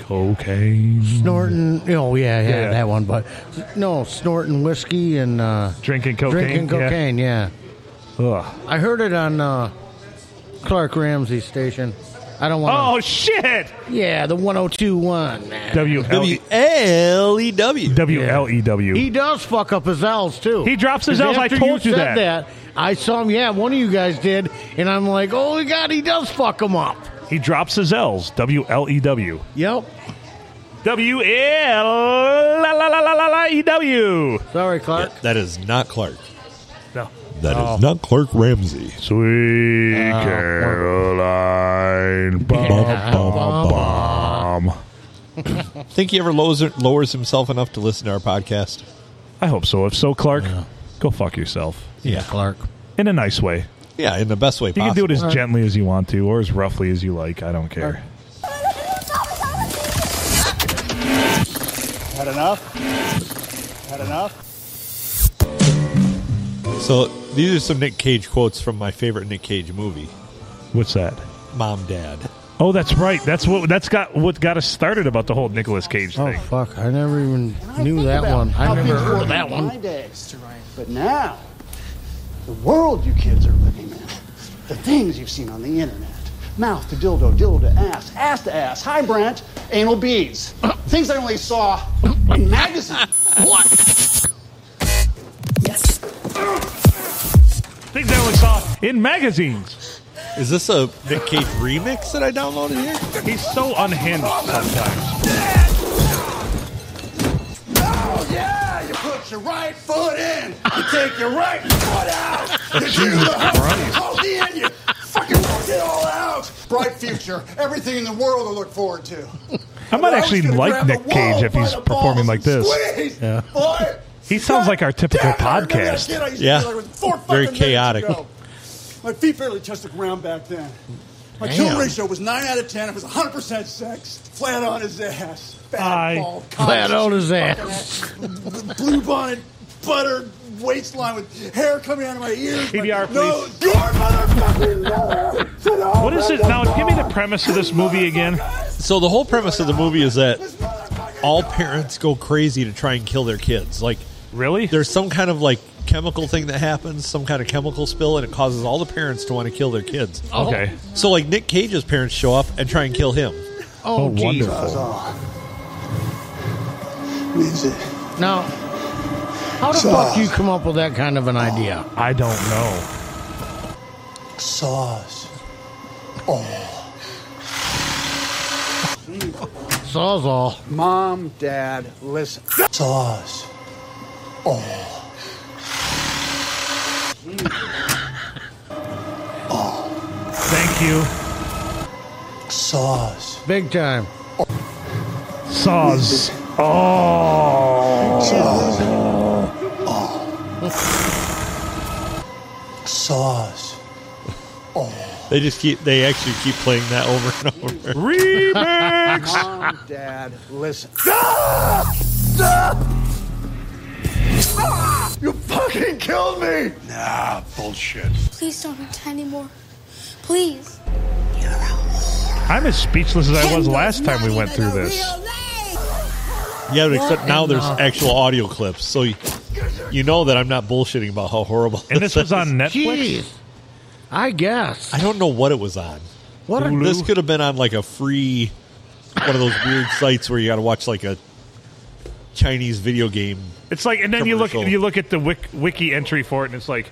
[SPEAKER 2] cocaine.
[SPEAKER 1] Snorting. Oh, yeah, yeah,
[SPEAKER 2] Yeah.
[SPEAKER 1] that one. But no, snorting whiskey and uh,
[SPEAKER 2] Drinking cocaine.
[SPEAKER 1] drinking
[SPEAKER 2] yeah.
[SPEAKER 1] cocaine. Yeah.
[SPEAKER 2] Ugh.
[SPEAKER 1] I heard it on uh, Clark Ramsey's station. I don't want
[SPEAKER 2] Oh shit!
[SPEAKER 1] to. Yeah, the 1021.
[SPEAKER 2] W L
[SPEAKER 3] E
[SPEAKER 2] E
[SPEAKER 3] W L E W.
[SPEAKER 2] W L E W.
[SPEAKER 1] He does fuck up his L's, too.
[SPEAKER 2] He drops his
[SPEAKER 1] 'Cause
[SPEAKER 2] L's, I
[SPEAKER 1] after
[SPEAKER 2] told you
[SPEAKER 1] said
[SPEAKER 2] that.
[SPEAKER 1] I saw him, yeah, one of you guys did. And I'm like, oh, my God, he does fuck him up.
[SPEAKER 2] He drops his L's. W L E W.
[SPEAKER 1] Yep.
[SPEAKER 2] W L la la la la la la E W.
[SPEAKER 1] Sorry, Clark.
[SPEAKER 3] That is not Clark.
[SPEAKER 2] No.
[SPEAKER 3] That is not Clark Ramsey.
[SPEAKER 2] Sweet Caroline. Bum, bum, bum.
[SPEAKER 3] Think he ever lowers, lowers himself enough to listen to our podcast?
[SPEAKER 2] I hope so. If so, Clark, go fuck yourself
[SPEAKER 3] Yeah,
[SPEAKER 1] Clark.
[SPEAKER 2] in a nice way.
[SPEAKER 3] yeah, in the best way
[SPEAKER 2] You
[SPEAKER 3] possible.
[SPEAKER 2] can do it as gently as you want to, or as roughly as you like. I don't care.
[SPEAKER 7] Had enough? Had enough?
[SPEAKER 3] So these are some Nick Cage quotes from my favorite Nick Cage movie,
[SPEAKER 2] What's that?
[SPEAKER 3] Mom Dad.
[SPEAKER 2] Oh, that's right. That's what that's got what got us started about the whole Nicolas Cage
[SPEAKER 1] Oh,
[SPEAKER 2] thing.
[SPEAKER 1] fuck. I never even knew that one. I never heard of that one.
[SPEAKER 7] My days. But now, the world you kids are living in, the things you've seen on the internet. Mouth to dildo, dildo to ass, ass to ass, high Brent, anal beads. Things I only saw in magazines.
[SPEAKER 2] Things I only saw in magazines.
[SPEAKER 3] Is this a Nick Cage remix that I downloaded here?
[SPEAKER 2] He's so unhinged sometimes.
[SPEAKER 7] Oh, yeah, you put your right foot in, you take your right foot out, you do the hold the end, you fucking work it all out. Bright future, everything in the world to look forward to.
[SPEAKER 2] I might actually like Nick Cage if he's performing like this.
[SPEAKER 1] Yeah.
[SPEAKER 2] He sounds like our typical podcast.
[SPEAKER 3] Yeah. Very chaotic.
[SPEAKER 7] My feet barely touched the ground back then. My kill ratio was 9 out of 10. It was 100% sex. Flat on his ass. Fat
[SPEAKER 2] I-
[SPEAKER 7] bald,
[SPEAKER 1] Flat
[SPEAKER 7] cock,
[SPEAKER 1] on his ass.
[SPEAKER 7] blue bonnet, buttered waistline with hair coming out of my ears.
[SPEAKER 2] PBR,
[SPEAKER 7] my nose. Your motherfucking mother said, "Oh,
[SPEAKER 2] What is it now? Give me the premise of this movie again.
[SPEAKER 3] So the whole premise of the movie is that
[SPEAKER 7] this motherfucking
[SPEAKER 3] all parents go crazy to try and kill their kids. Like
[SPEAKER 2] Really?
[SPEAKER 3] there's some kind of like chemical thing that happens, some kind of chemical spill, and it causes all the parents to want to kill their kids.
[SPEAKER 2] Okay.
[SPEAKER 3] So like Nick Cage's parents show up and try and kill him.
[SPEAKER 1] Oh, Jesus.
[SPEAKER 7] means it.
[SPEAKER 1] Now, how the fuck you come up with that kind of an idea?
[SPEAKER 2] I don't know.
[SPEAKER 7] Saws.
[SPEAKER 1] Sawzall.
[SPEAKER 7] Mom, Dad, listen. Saws. Oh.
[SPEAKER 2] Thank you.
[SPEAKER 7] Saws.
[SPEAKER 1] Big time.
[SPEAKER 2] Saws. Oh.
[SPEAKER 3] Saws. Oh. They just keep. They actually keep playing that over <laughs> and over.
[SPEAKER 7] Mom, Dad, listen.
[SPEAKER 4] You fucking killed me! Nah, bullshit.
[SPEAKER 11] Please don't hurt anymore. Please.
[SPEAKER 2] I'm as speechless as I was last time we went through this.
[SPEAKER 3] Yeah, but except now there's actual audio clips, so you, you know that I'm not bullshitting about how horrible.
[SPEAKER 2] And
[SPEAKER 3] <laughs>
[SPEAKER 2] this was
[SPEAKER 3] is.
[SPEAKER 2] on Netflix?
[SPEAKER 1] Jeez. I guess.
[SPEAKER 3] I don't know what it was on.
[SPEAKER 1] What a- Hulu?
[SPEAKER 3] this could have been on like a free one of those weird sites where you got to watch like a Chinese video game.
[SPEAKER 2] It's like, and then you look
[SPEAKER 3] Commercial.
[SPEAKER 2] you look at the wik, wiki entry for it, and it's like,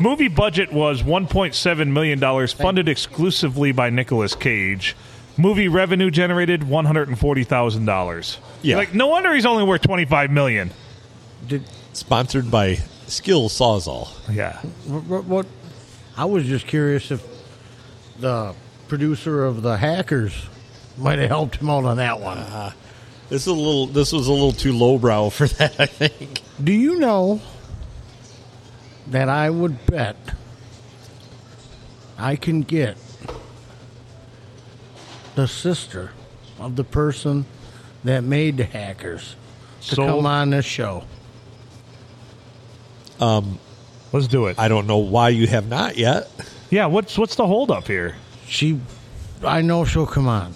[SPEAKER 2] movie budget was 1.7 million dollars, funded exclusively by Nicolas Cage. Movie revenue generated 140 thousand dollars.
[SPEAKER 3] Yeah.
[SPEAKER 2] like no wonder he's only worth 25 million.
[SPEAKER 3] Sponsored by Skill Sawzall.
[SPEAKER 2] Yeah,
[SPEAKER 1] What, what, what? I was just curious if the producer of the Hackers might have helped him out on that one.
[SPEAKER 3] This is a little. This was a little too lowbrow <laughs> for that. I think.
[SPEAKER 1] Do you know that I would bet I can get the sister of the person that made the hackers to
[SPEAKER 2] So-
[SPEAKER 1] come on this show?
[SPEAKER 2] let's do it.
[SPEAKER 3] I don't know why you have not yet.
[SPEAKER 2] yeah, what's what's the holdup here?
[SPEAKER 1] She, I know she'll come on.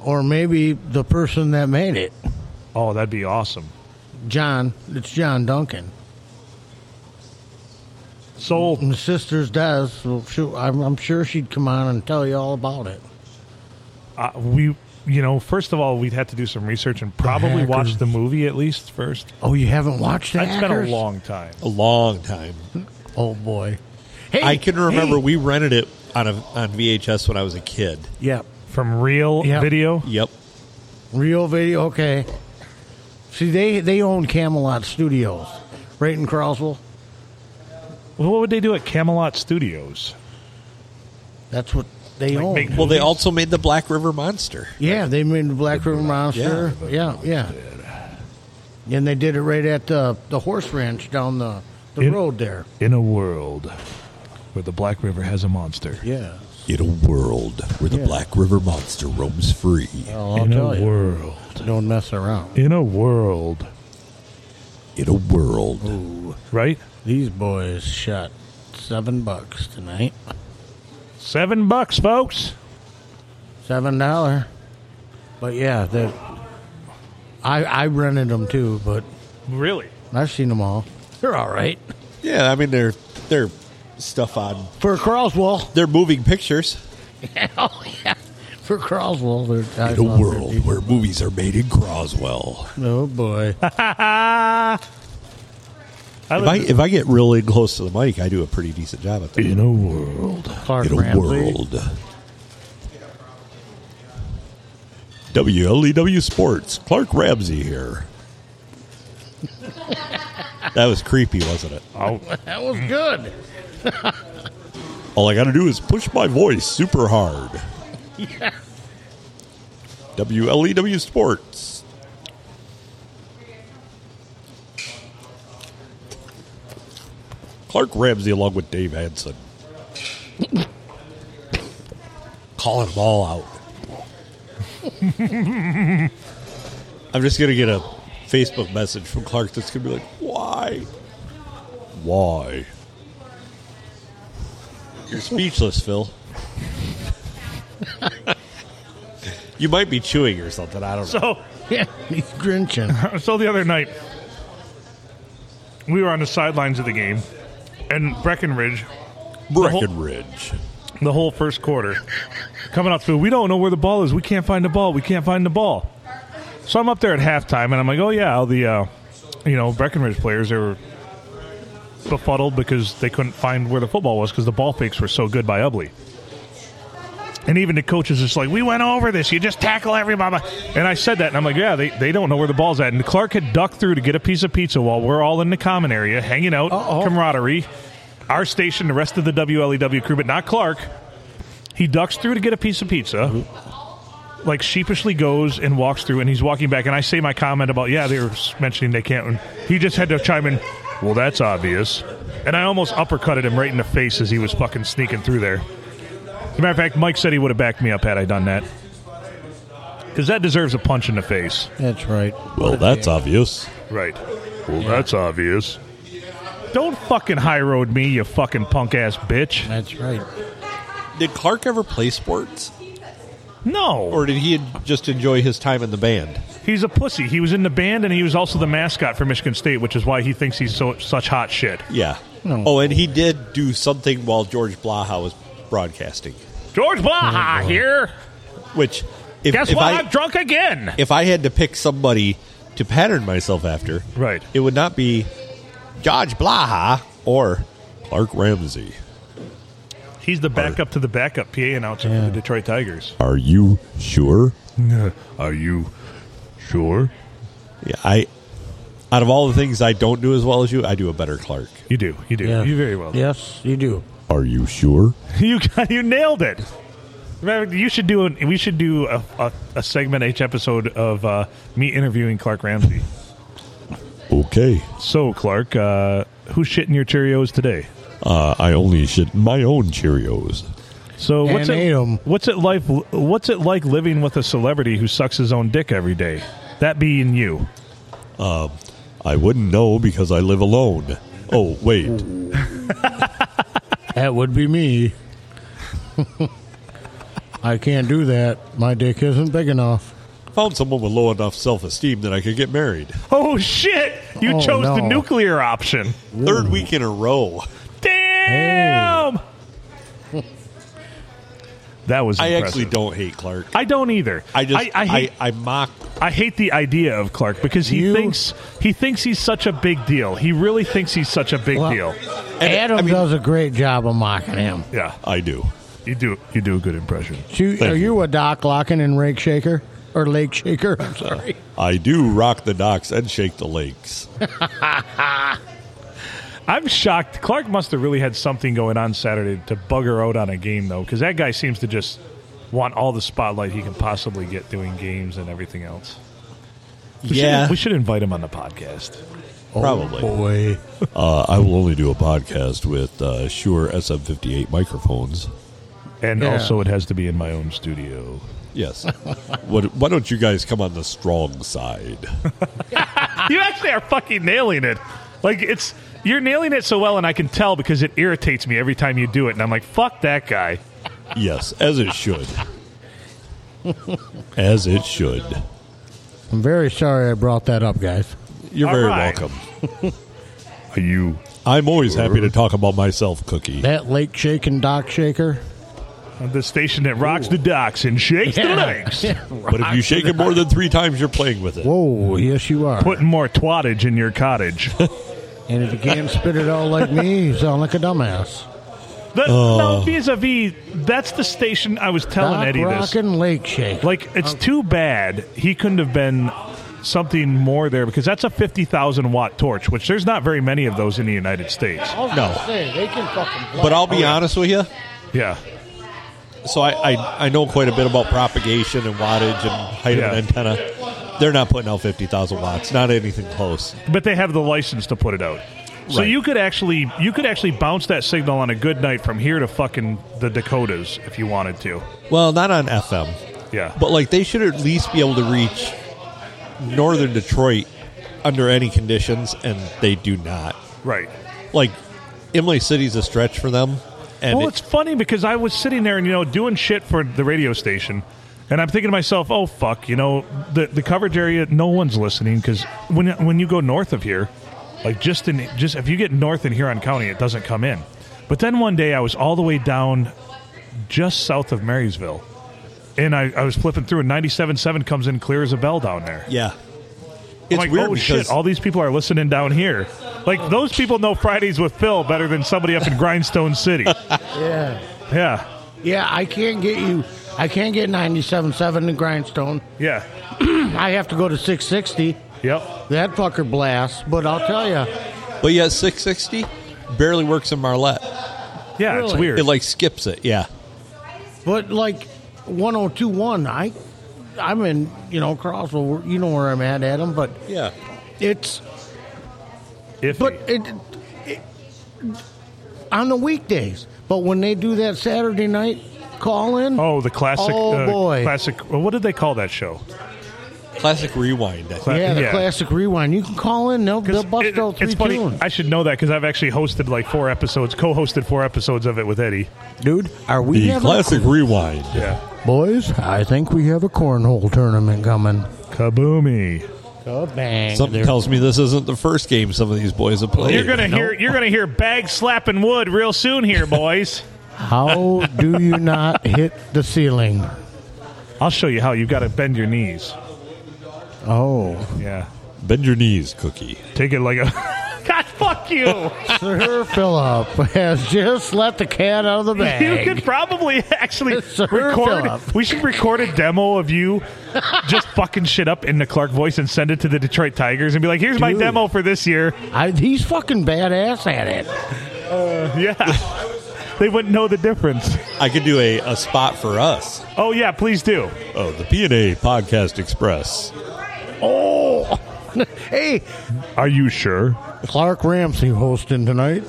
[SPEAKER 1] Or maybe the person that made it,
[SPEAKER 2] Oh, that'd be awesome.
[SPEAKER 1] John. It's John Duncan.
[SPEAKER 2] Sold.
[SPEAKER 1] And the sisters does. So she, I'm, I'm sure she'd come on and tell you all about it.
[SPEAKER 2] Uh, we, you know, first of all, we'd have to do some research and probably watch
[SPEAKER 1] Hackers.
[SPEAKER 2] the movie at least first.
[SPEAKER 1] Oh, you haven't watched that?
[SPEAKER 2] That's been a long time.
[SPEAKER 3] A long time.
[SPEAKER 1] Oh boy. Hey,
[SPEAKER 3] I can remember
[SPEAKER 1] hey.
[SPEAKER 3] we rented it on a on VHS when I was a kid.
[SPEAKER 1] Yep.
[SPEAKER 2] From real
[SPEAKER 1] Yeah.
[SPEAKER 2] video.
[SPEAKER 3] Yep.
[SPEAKER 1] Real video. Okay. See, they they own Camelot Studios, right in Croswell.
[SPEAKER 2] Well, what would they do at Camelot Studios?
[SPEAKER 1] That's what they
[SPEAKER 2] Like
[SPEAKER 1] own.
[SPEAKER 2] big-
[SPEAKER 3] Well, they also made the Black River Monster.
[SPEAKER 1] yeah, they made the Black River Monster. Yeah, yeah. And they did it right at the the horse ranch down the the
[SPEAKER 2] In-
[SPEAKER 1] road there.
[SPEAKER 2] In a world where the Black River has a monster.
[SPEAKER 1] Yeah.
[SPEAKER 3] In a world where the
[SPEAKER 1] Yeah.
[SPEAKER 3] Black River Monster roams free.
[SPEAKER 1] Well, I'll
[SPEAKER 2] in
[SPEAKER 1] tell
[SPEAKER 2] a
[SPEAKER 1] you.
[SPEAKER 2] world.
[SPEAKER 1] Don't mess around.
[SPEAKER 2] In a world.
[SPEAKER 3] In a world.
[SPEAKER 2] Right?
[SPEAKER 1] These boys shot seven bucks tonight.
[SPEAKER 2] Seven bucks, folks.
[SPEAKER 1] Seven dollar. But yeah, that I I rented them too, but
[SPEAKER 2] Really?
[SPEAKER 1] I've seen them all. They're all right
[SPEAKER 3] Yeah, I mean they're they're stuff on
[SPEAKER 1] for Croswell.
[SPEAKER 3] they're moving pictures.
[SPEAKER 1] oh yeah, for Croswell. They're I
[SPEAKER 3] In a
[SPEAKER 1] love their
[SPEAKER 3] world
[SPEAKER 1] deep-
[SPEAKER 3] where movies are made in Croswell.
[SPEAKER 1] Oh boy,
[SPEAKER 2] I
[SPEAKER 3] If I, if I get really close to the mic, I do a pretty decent job at that.
[SPEAKER 2] in a world.
[SPEAKER 1] Clark
[SPEAKER 3] in a
[SPEAKER 1] Ramsey.
[SPEAKER 3] world. WLEW E Sports, Clark Ramsey here. that was creepy, wasn't it?
[SPEAKER 2] Oh,
[SPEAKER 1] That was good. <laughs>
[SPEAKER 3] All I got to do is push my voice super hard. WLEW E Sports. Clark Ramsey along with Dave Hanson. Calling them all out. <laughs> I'm just going to get a Facebook message from Clark that's going to be like, why? Why? You're speechless, Phil. <laughs> you might be chewing or something. I don't know.
[SPEAKER 2] so <laughs>
[SPEAKER 1] Yeah, he's grinching.
[SPEAKER 2] so the other night we were on the sidelines of the game, and Breckenridge
[SPEAKER 3] Breckenridge.
[SPEAKER 2] the whole first quarter. Coming up through, we don't know where the ball is. We can't find the ball. We can't find the ball. So I'm up there at halftime, and I'm like, oh yeah, all the uh, you know Breckenridge players they were befuddled because they couldn't find where the football was because the ball fakes were so good by Ubley. And even the coach is just like, we went over this. You just tackle everybody. And I said that, and I'm like, yeah, they, they don't know where the ball's at. And Clark had ducked through to get a piece of pizza while we're all in the common area, hanging out, camaraderie. Our station, the E rest of the WLEW crew, but not Clark. He ducks through to get a piece of pizza. like sheepishly goes and walks through, and he's walking back, and I say my comment about yeah, they were mentioning they can't. And he just had to chime in. Well, that's obvious, and I almost uppercutted him right in the face as he was fucking sneaking through there. As a matter of fact, Mike said he would have backed me up had I done that, because that deserves a punch in the face.
[SPEAKER 1] That's right.
[SPEAKER 12] Well, that's obvious.
[SPEAKER 2] Right. Well, that's obvious. Don't fucking high road me, you fucking punk ass bitch.
[SPEAKER 1] That's right.
[SPEAKER 3] Did Clark ever play sports?
[SPEAKER 2] No.
[SPEAKER 3] Or did he just enjoy his time in the band?
[SPEAKER 2] He's a pussy. He was in the band and he was also the mascot for Michigan State, which is why he thinks he's so such hot shit.
[SPEAKER 3] Yeah. Oh, and he did do something while George Blaha was broadcasting.
[SPEAKER 2] George Blaha here.
[SPEAKER 3] Which, if,
[SPEAKER 2] Guess
[SPEAKER 3] if
[SPEAKER 2] what?
[SPEAKER 3] I,
[SPEAKER 2] I'm drunk again.
[SPEAKER 3] if I had to pick somebody to pattern myself after,
[SPEAKER 2] right,
[SPEAKER 3] it would not be George Blaha or Clark Ramsey.
[SPEAKER 2] He's the backup to the backup PA announcer for the Detroit Tigers.
[SPEAKER 12] Are you sure?
[SPEAKER 2] Are you sure?
[SPEAKER 3] Yeah, I. Out of all the things I don't do as well as you, I do a better Clark.
[SPEAKER 2] You do. You do. You very well.
[SPEAKER 1] Yes, you do.
[SPEAKER 12] Are you sure?
[SPEAKER 2] <laughs> You got, you nailed it. Remember, You should do. An, we should do a, a, a segment each episode of uh, me interviewing Clark Ramsey.
[SPEAKER 12] Okay.
[SPEAKER 2] So Clark, uh, who's shitting your Cheerios today?
[SPEAKER 12] Uh, I only shit in my own Cheerios.
[SPEAKER 2] So what's
[SPEAKER 1] And ate
[SPEAKER 2] it?
[SPEAKER 1] 'em.
[SPEAKER 2] What's it like? What's it like living with a celebrity who sucks his own dick every day? That being you.
[SPEAKER 12] Um, I wouldn't know because I live alone. Oh, wait.
[SPEAKER 1] That would be me. I can't do that. My dick isn't big enough.
[SPEAKER 12] Found someone with low enough self esteem that I could get married.
[SPEAKER 2] Oh shit! You
[SPEAKER 1] Oh,
[SPEAKER 2] chose the
[SPEAKER 1] no.
[SPEAKER 2] nuclear option.
[SPEAKER 3] Third week in a row.
[SPEAKER 2] Damn. that was.
[SPEAKER 3] I
[SPEAKER 2] Impressive.
[SPEAKER 3] actually don't hate Clark.
[SPEAKER 2] I don't either.
[SPEAKER 3] I just
[SPEAKER 2] I, hate.
[SPEAKER 3] I, I mock
[SPEAKER 2] I hate the idea of Clark because he
[SPEAKER 1] You-
[SPEAKER 2] thinks he thinks he's such a big deal. He really thinks he's such a big
[SPEAKER 1] Well-
[SPEAKER 2] deal.
[SPEAKER 1] Adam
[SPEAKER 3] I mean-
[SPEAKER 1] does a great job of mocking him.
[SPEAKER 2] Yeah,
[SPEAKER 12] I do.
[SPEAKER 2] you do. You do a good impression.
[SPEAKER 1] You,
[SPEAKER 12] Thank
[SPEAKER 1] are you a Doc Lockin and Rake Shaker? Or Lake Shaker? I'm sorry.
[SPEAKER 12] I do rock the docks and shake the lakes.
[SPEAKER 2] I'm shocked. Clark must have really had something going on Saturday to bugger out on a game though, because that guy seems to just want all the spotlight he can possibly get doing games and everything else. We
[SPEAKER 3] Yeah.
[SPEAKER 2] should, we should invite him on the podcast.
[SPEAKER 3] probably.
[SPEAKER 1] Boy.
[SPEAKER 12] <laughs> Uh, I will only do a podcast with uh, Shure SM58 microphones.
[SPEAKER 2] And
[SPEAKER 1] Yeah.
[SPEAKER 2] also, it has to be in my own studio.
[SPEAKER 3] <laughs>
[SPEAKER 12] Yes. what, why don't you guys come on the strong side?
[SPEAKER 2] you actually are fucking nailing it. Like it's you're nailing it so well, and I can tell because it irritates me every time you do it, and I'm like, fuck that guy.
[SPEAKER 12] Yes, as it should. As it should.
[SPEAKER 1] I'm very sorry I brought that up, guys.
[SPEAKER 12] You're
[SPEAKER 2] All
[SPEAKER 12] very
[SPEAKER 2] right.
[SPEAKER 12] welcome.
[SPEAKER 2] Are you?
[SPEAKER 12] I'm always happy to talk about myself, Cookie.
[SPEAKER 1] That Lake Shaking Doc Shaker?
[SPEAKER 2] The station that rocks the docks and shakes the <laughs> legs,
[SPEAKER 12] But if you shake it more than three times, you're playing with it.
[SPEAKER 1] Whoa, yes, you are.
[SPEAKER 2] putting more twattage in your cottage. The-
[SPEAKER 1] And if you can't spit it out like me, you sound like a dumbass.
[SPEAKER 2] No, vis-a-vis, that's the station I was telling
[SPEAKER 1] Doc
[SPEAKER 2] Eddie this.
[SPEAKER 1] Rockin' Lake Shaker.
[SPEAKER 2] Like, it's too bad he couldn't have been something more there because that's a fifty thousand watt torch, which there's not very many of those in the United States.
[SPEAKER 1] no. they can fucking
[SPEAKER 3] But I'll be honest with you.
[SPEAKER 2] Yeah.
[SPEAKER 3] So I, I I know quite a bit about propagation and wattage and height
[SPEAKER 2] Yeah.
[SPEAKER 3] of an antenna. They're not putting out fifty thousand watts. Not anything close.
[SPEAKER 2] but they have the license to put it out. So
[SPEAKER 3] Right.
[SPEAKER 2] you could actually you could actually bounce that signal on a good night from here to fucking the Dakotas if you wanted to.
[SPEAKER 3] Well, not on FM.
[SPEAKER 2] Yeah.
[SPEAKER 3] But like they should at least be able to reach northern Detroit under any conditions, and they do not.
[SPEAKER 2] right.
[SPEAKER 3] Like Imlay City's a stretch for them. And
[SPEAKER 2] Well, Oh,
[SPEAKER 3] it-
[SPEAKER 2] it's funny because I was sitting there and you know doing shit for the radio station, and I'm thinking to myself, "Oh fuck, you know the the coverage area, no one's listening because when when you go north of here, like just in just if you get north in Huron County, it doesn't come in." But then one day I was all the way down just south of Marysville, and I, I was flipping through, and 97.7 comes in clear as a bell down there.
[SPEAKER 3] yeah,
[SPEAKER 2] I'm
[SPEAKER 3] it's
[SPEAKER 2] like,
[SPEAKER 3] weird
[SPEAKER 2] oh
[SPEAKER 3] because
[SPEAKER 2] shit, all these people are listening down here. Like, those people know Fridays with Phil better than somebody up in Grindstone
[SPEAKER 3] <laughs>
[SPEAKER 2] City.
[SPEAKER 1] Yeah.
[SPEAKER 2] Yeah.
[SPEAKER 1] Yeah, I can't get you. I can't get 97.7 in Grindstone.
[SPEAKER 2] Yeah.
[SPEAKER 1] I have to go to 660.
[SPEAKER 2] Yep.
[SPEAKER 1] That fucker blasts. But I'll tell you,
[SPEAKER 3] but yeah, six sixty barely works in Marlette.
[SPEAKER 2] Yeah, it's
[SPEAKER 1] Really?
[SPEAKER 2] weird.
[SPEAKER 3] It like skips it. Yeah.
[SPEAKER 1] but like 1021, I I'm in, you know, Crossville. You know where I'm at, Adam. But
[SPEAKER 3] yeah,
[SPEAKER 1] it's. But it, it- on the weekdays. But when they do that Saturday night call in,
[SPEAKER 2] Oh, the classic.
[SPEAKER 1] Oh,
[SPEAKER 2] uh,
[SPEAKER 1] boy.
[SPEAKER 2] Classic. Well, what did they call that show?
[SPEAKER 3] Classic Rewind.
[SPEAKER 2] uh,
[SPEAKER 3] I
[SPEAKER 1] yeah, the classic rewind. You can call in. They'll, they'll bust out three
[SPEAKER 2] It's funny.
[SPEAKER 1] tunes.
[SPEAKER 2] I should know that because I've actually hosted like four episodes, co-hosted four episodes of it with Eddie.
[SPEAKER 1] Dude, are we
[SPEAKER 2] The
[SPEAKER 1] having a-
[SPEAKER 2] classic
[SPEAKER 12] rewind.
[SPEAKER 2] Yeah.
[SPEAKER 1] Boys, I think we have a cornhole tournament coming.
[SPEAKER 2] Kaboomy.
[SPEAKER 1] Kabang.
[SPEAKER 3] Something
[SPEAKER 1] There-
[SPEAKER 3] tells me this isn't the first game some of these boys have played.
[SPEAKER 2] You're gonna hear. You're gonna hear bag slapping wood real soon here, boys.
[SPEAKER 1] How do you not hit the ceiling?
[SPEAKER 2] <laughs> I'll show you how. You've got to bend your knees.
[SPEAKER 1] Oh.
[SPEAKER 2] Yeah.
[SPEAKER 12] Bend your knees, Cookie.
[SPEAKER 2] Take it like a. <laughs> God, fuck you.
[SPEAKER 1] Sir Philip has just let the cat out of the bag.
[SPEAKER 2] <laughs> You could probably actually <laughs> record.
[SPEAKER 1] Phillip.
[SPEAKER 2] We should record a demo of you just <laughs> fucking shit up in the Clark voice and send it to the Detroit Tigers and be like, "Here's my
[SPEAKER 1] Dude.
[SPEAKER 2] demo for this year." <laughs>
[SPEAKER 1] I, he's fucking badass at it.
[SPEAKER 2] Uh, <laughs> yeah, they wouldn't know the difference.
[SPEAKER 3] I could do a, a spot for us.
[SPEAKER 2] Oh yeah, please do.
[SPEAKER 12] Oh, the P and A Podcast Express.
[SPEAKER 1] Oh, <laughs> hey,
[SPEAKER 2] are you sure?
[SPEAKER 1] Clark Ramsey hosting tonight.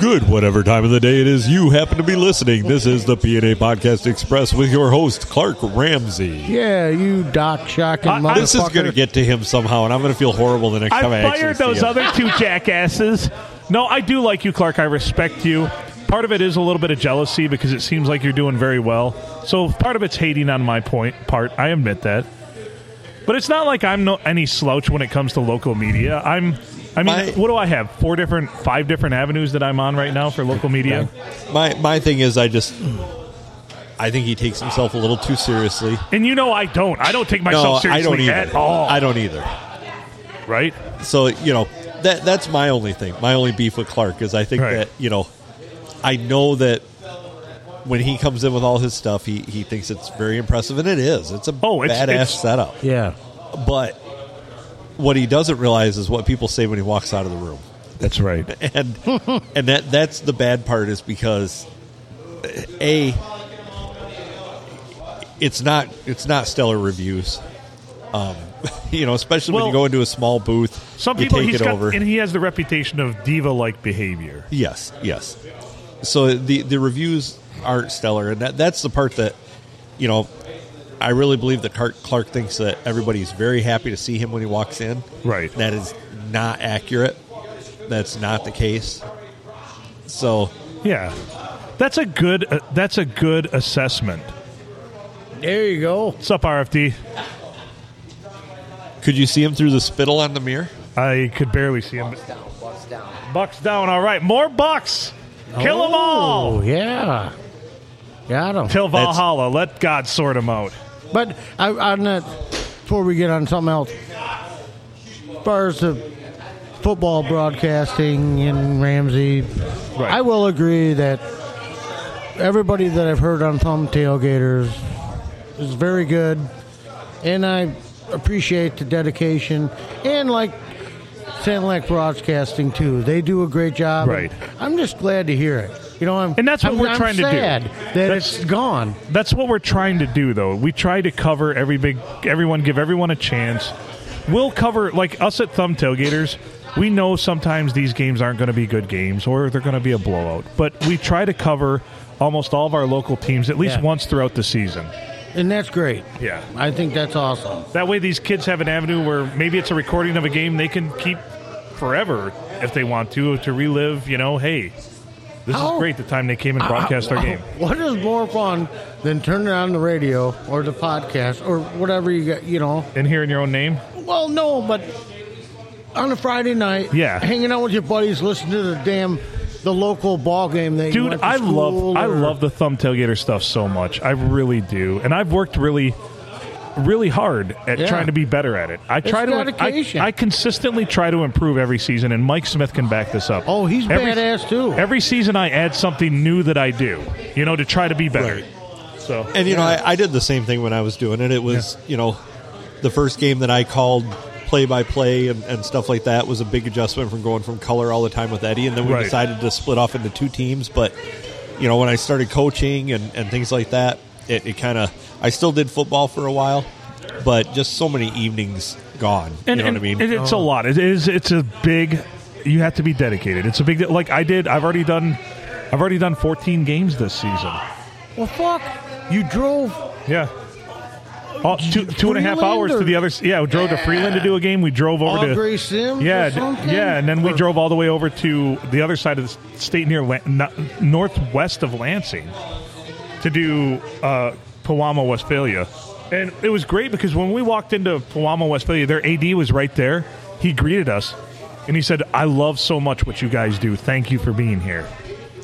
[SPEAKER 12] Good, whatever time of the day it is you happen to be listening. This is the P and A Podcast Express with your host Clark Ramsey.
[SPEAKER 1] Yeah, you doc shocking motherfucker.
[SPEAKER 3] this is going to get to him somehow, and I'm going to feel horrible the next
[SPEAKER 2] I
[SPEAKER 3] time I
[SPEAKER 2] fired
[SPEAKER 3] actually
[SPEAKER 2] those
[SPEAKER 3] see him.
[SPEAKER 2] other
[SPEAKER 3] <laughs>
[SPEAKER 2] two jackasses. No, I do like you, Clark. I respect you. Part of it is a little bit of jealousy because it seems like you're doing very well. So part of it's hating on my point part. I admit that. But it's not like I'm no any slouch when it comes to local media. I'm I mean, what do I have? Four different five different avenues that I'm on right now for local media.
[SPEAKER 3] My my thing is, I just I think he takes himself a little too seriously.
[SPEAKER 2] And you know I don't. I don't take myself
[SPEAKER 3] no, I
[SPEAKER 2] seriously
[SPEAKER 3] don't either.
[SPEAKER 2] at all.
[SPEAKER 3] I don't either.
[SPEAKER 2] Right.
[SPEAKER 3] So you know that that's my only thing. My only beef with Clark is I think
[SPEAKER 2] Right.
[SPEAKER 3] that you know I know that when he comes in with all his stuff, he he thinks it's very impressive, and it is. It's a
[SPEAKER 2] Oh, it's-
[SPEAKER 3] badass
[SPEAKER 2] it's-
[SPEAKER 3] setup.
[SPEAKER 1] Yeah.
[SPEAKER 3] But what he doesn't realize is what people say when he walks out of the room.
[SPEAKER 2] That's right.
[SPEAKER 3] <laughs> And and that that's the bad part is because a it's not it's not stellar reviews. Um, <laughs> you know, especially when you
[SPEAKER 2] Well,
[SPEAKER 3] go into a small booth,
[SPEAKER 2] Some
[SPEAKER 3] you
[SPEAKER 2] people
[SPEAKER 3] take
[SPEAKER 2] he's
[SPEAKER 3] it
[SPEAKER 2] got
[SPEAKER 3] over.
[SPEAKER 2] and he has the reputation of diva like behavior.
[SPEAKER 3] Yes, yes. So the the reviews aren't stellar, and that that's the part that you know. I really believe that Clark, Clark thinks that everybody's very happy to see him when he walks in.
[SPEAKER 2] Right.
[SPEAKER 3] That is not accurate. That's not the case. So
[SPEAKER 2] Yeah, that's a good. Uh, that's a good assessment.
[SPEAKER 1] There you go.
[SPEAKER 2] What's up, RFD?
[SPEAKER 3] could you see him through the spittle on the mirror?
[SPEAKER 2] I could barely see him. Bucks down. Bucks down. All right, more bucks. Kill them all.
[SPEAKER 1] Oh, yeah. Got him.
[SPEAKER 2] Till Valhalla. Let God sort them out.
[SPEAKER 1] But I, on that, before we get on something else, as far as the football broadcasting and Ramsey, I will agree that everybody that I've heard on Thumb Tailgaters is very good, and I appreciate the dedication and like Sand Lake Broadcasting too. They do a great job.
[SPEAKER 2] Right.
[SPEAKER 1] I'm just glad to hear it. You know, I'm,
[SPEAKER 2] And that's what
[SPEAKER 1] I'm-
[SPEAKER 2] we're
[SPEAKER 1] I'm
[SPEAKER 2] trying
[SPEAKER 1] sad
[SPEAKER 2] to do.
[SPEAKER 1] That it's gone.
[SPEAKER 2] That's what we're trying to do, though. We try to cover every big, everyone, give everyone a chance. We'll cover like us at Thumb Tailgaters. We know sometimes these games aren't going to be good games, or they're going to be a blowout. But we try to cover almost all of our local teams at least
[SPEAKER 1] Yeah.
[SPEAKER 2] once throughout the season.
[SPEAKER 1] And that's great.
[SPEAKER 2] Yeah.
[SPEAKER 1] I think that's awesome.
[SPEAKER 2] That way, these kids have an avenue where maybe it's a recording of a game they can keep forever if they want to to relive. You know, hey, this
[SPEAKER 1] How-
[SPEAKER 2] is great. The time they came and broadcast
[SPEAKER 1] Uh,
[SPEAKER 2] our game.
[SPEAKER 1] <laughs> What is more fun than turning on the radio or the podcast or whatever you got, you know?
[SPEAKER 2] And hearing your own name?
[SPEAKER 1] Well, no, but on a Friday night,
[SPEAKER 2] Yeah.
[SPEAKER 1] hanging out with your buddies, listening to the damn the local ball game that you
[SPEAKER 2] Dude,
[SPEAKER 1] went to
[SPEAKER 2] I love
[SPEAKER 1] school
[SPEAKER 2] I
[SPEAKER 1] or-
[SPEAKER 2] love the thumb tailgater stuff so much. I really do, and I've worked really, really hard at
[SPEAKER 1] Yeah.
[SPEAKER 2] trying to be better at it. I
[SPEAKER 1] It's
[SPEAKER 2] try to I,
[SPEAKER 1] dedication.
[SPEAKER 2] I consistently try to improve every season, and Mike Smith can back this up. Oh,
[SPEAKER 1] he's badass, too.
[SPEAKER 2] Every season, I add something new that I do, you know, to try to be better. So
[SPEAKER 3] And you know, I, I did the same thing when I was doing it. It was you know, the first game that I called play by play and and stuff like that was a big adjustment from going from color all the time with Eddie, and then we
[SPEAKER 2] Right.
[SPEAKER 3] decided to split off into two teams. But you know, when I started coaching and and things like that, it, it kind of. I still did football for a while, but just so many evenings gone.
[SPEAKER 2] And,
[SPEAKER 3] you know
[SPEAKER 2] and-
[SPEAKER 3] what I mean?
[SPEAKER 2] and it's a lot. It is. It's a big. You have to be dedicated. It's a big. Like I did. I've already done. I've already done 14 games this season.
[SPEAKER 1] Well, fuck. You drove.
[SPEAKER 2] Yeah. Oh, two, two and a half
[SPEAKER 1] Freeland
[SPEAKER 2] hours to
[SPEAKER 1] or-
[SPEAKER 2] the other. s- Yeah, we drove to Freeland to do a game. We drove over
[SPEAKER 1] Aubrey
[SPEAKER 2] to
[SPEAKER 1] Sims or
[SPEAKER 2] Yeah, d-
[SPEAKER 1] something?
[SPEAKER 2] yeah, and then we drove all the way over to the other side of the s- state near La- no- northwest of Lansing to do uh, Powama, Westphalia, and it was great because when we walked into Powama, Westphalia, their AD was right there. He greeted us, and he said, "I love so much what you guys do. Thank you for being here."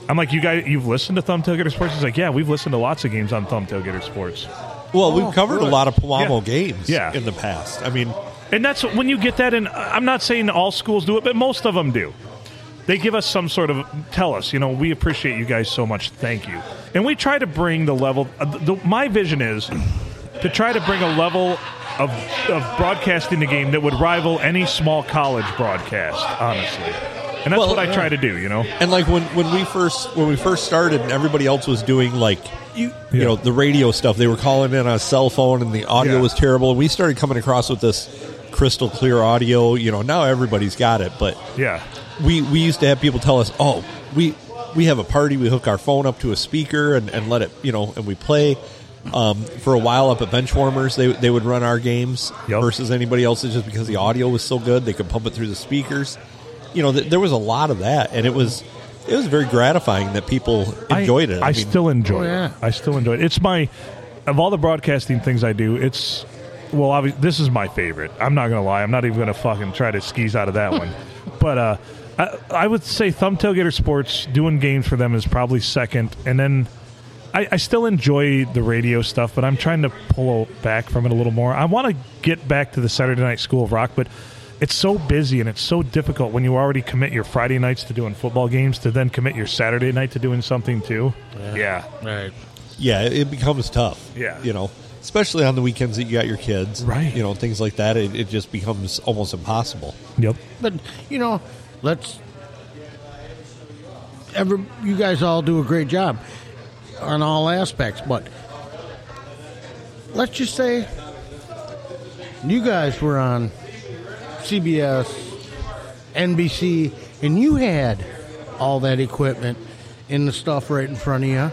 [SPEAKER 2] I'm like, "You guys, you've listened to Thumb Tailgater Sports?" He's like, "Yeah, we've listened to lots of games on Thumb Tailgater Sports."
[SPEAKER 3] Well, we've covered a lot of
[SPEAKER 2] Oh, Yeah.
[SPEAKER 3] Palamo games
[SPEAKER 2] Yeah.
[SPEAKER 3] in the past. I mean,
[SPEAKER 2] And that's when you get that in. I'm not saying all schools do it, but most of them do. They give us some sort of tell us, you know, we appreciate you guys so much. Thank you. And we try to bring the level. Uh, the, my vision is to try to bring a level of, of broadcasting the game that would rival any small college broadcast, honestly. And that's
[SPEAKER 3] Well,
[SPEAKER 2] what I
[SPEAKER 3] yeah.
[SPEAKER 2] try to do, you know.
[SPEAKER 3] And like when, when we first when we first started and everybody else was doing like you you know the radio stuff they were calling in on a cell phone and the audio was terrible we started coming across with this crystal clear audio you know now everybody's got it but
[SPEAKER 2] Yeah.
[SPEAKER 3] we we used to have people tell us oh we we have a party we hook our phone up to a speaker and, and let it you know and we play um, for a while up at benchwarmers they they would run our games versus anybody else's just because the audio was so good they could pump it through the speakers you know th- there was a lot of that and it was it was very gratifying that people enjoyed
[SPEAKER 2] I,
[SPEAKER 3] it
[SPEAKER 2] I,
[SPEAKER 3] mean,
[SPEAKER 2] still enjoy it. I still enjoy it. It's my of all the broadcasting things I do. It's well, obviously, this is my favorite. I'm not gonna lie. I'm not even gonna fucking try to skis out of that one. But uh, I, I would say Thumbtail Gator Sports doing games for them is probably second, and then. I, I still enjoy the radio stuff, but I'm trying to pull back from it a little more. I want to get back to the Saturday Night School of Rock, but it's so busy and it's so difficult when you already commit your Friday nights to doing football games to then commit your Saturday night to doing something too. Yeah.
[SPEAKER 1] Right.
[SPEAKER 3] yeah it, it becomes tough
[SPEAKER 2] Yeah.
[SPEAKER 3] you know especially on the weekends that you got your kids right you know things like that it, it just becomes almost impossible
[SPEAKER 2] yep
[SPEAKER 1] But you know, let's. Every you guys all do a great job on all aspects, but let's just say you guys were on CBS, NBC, and you had all that equipment and the stuff right in front of you.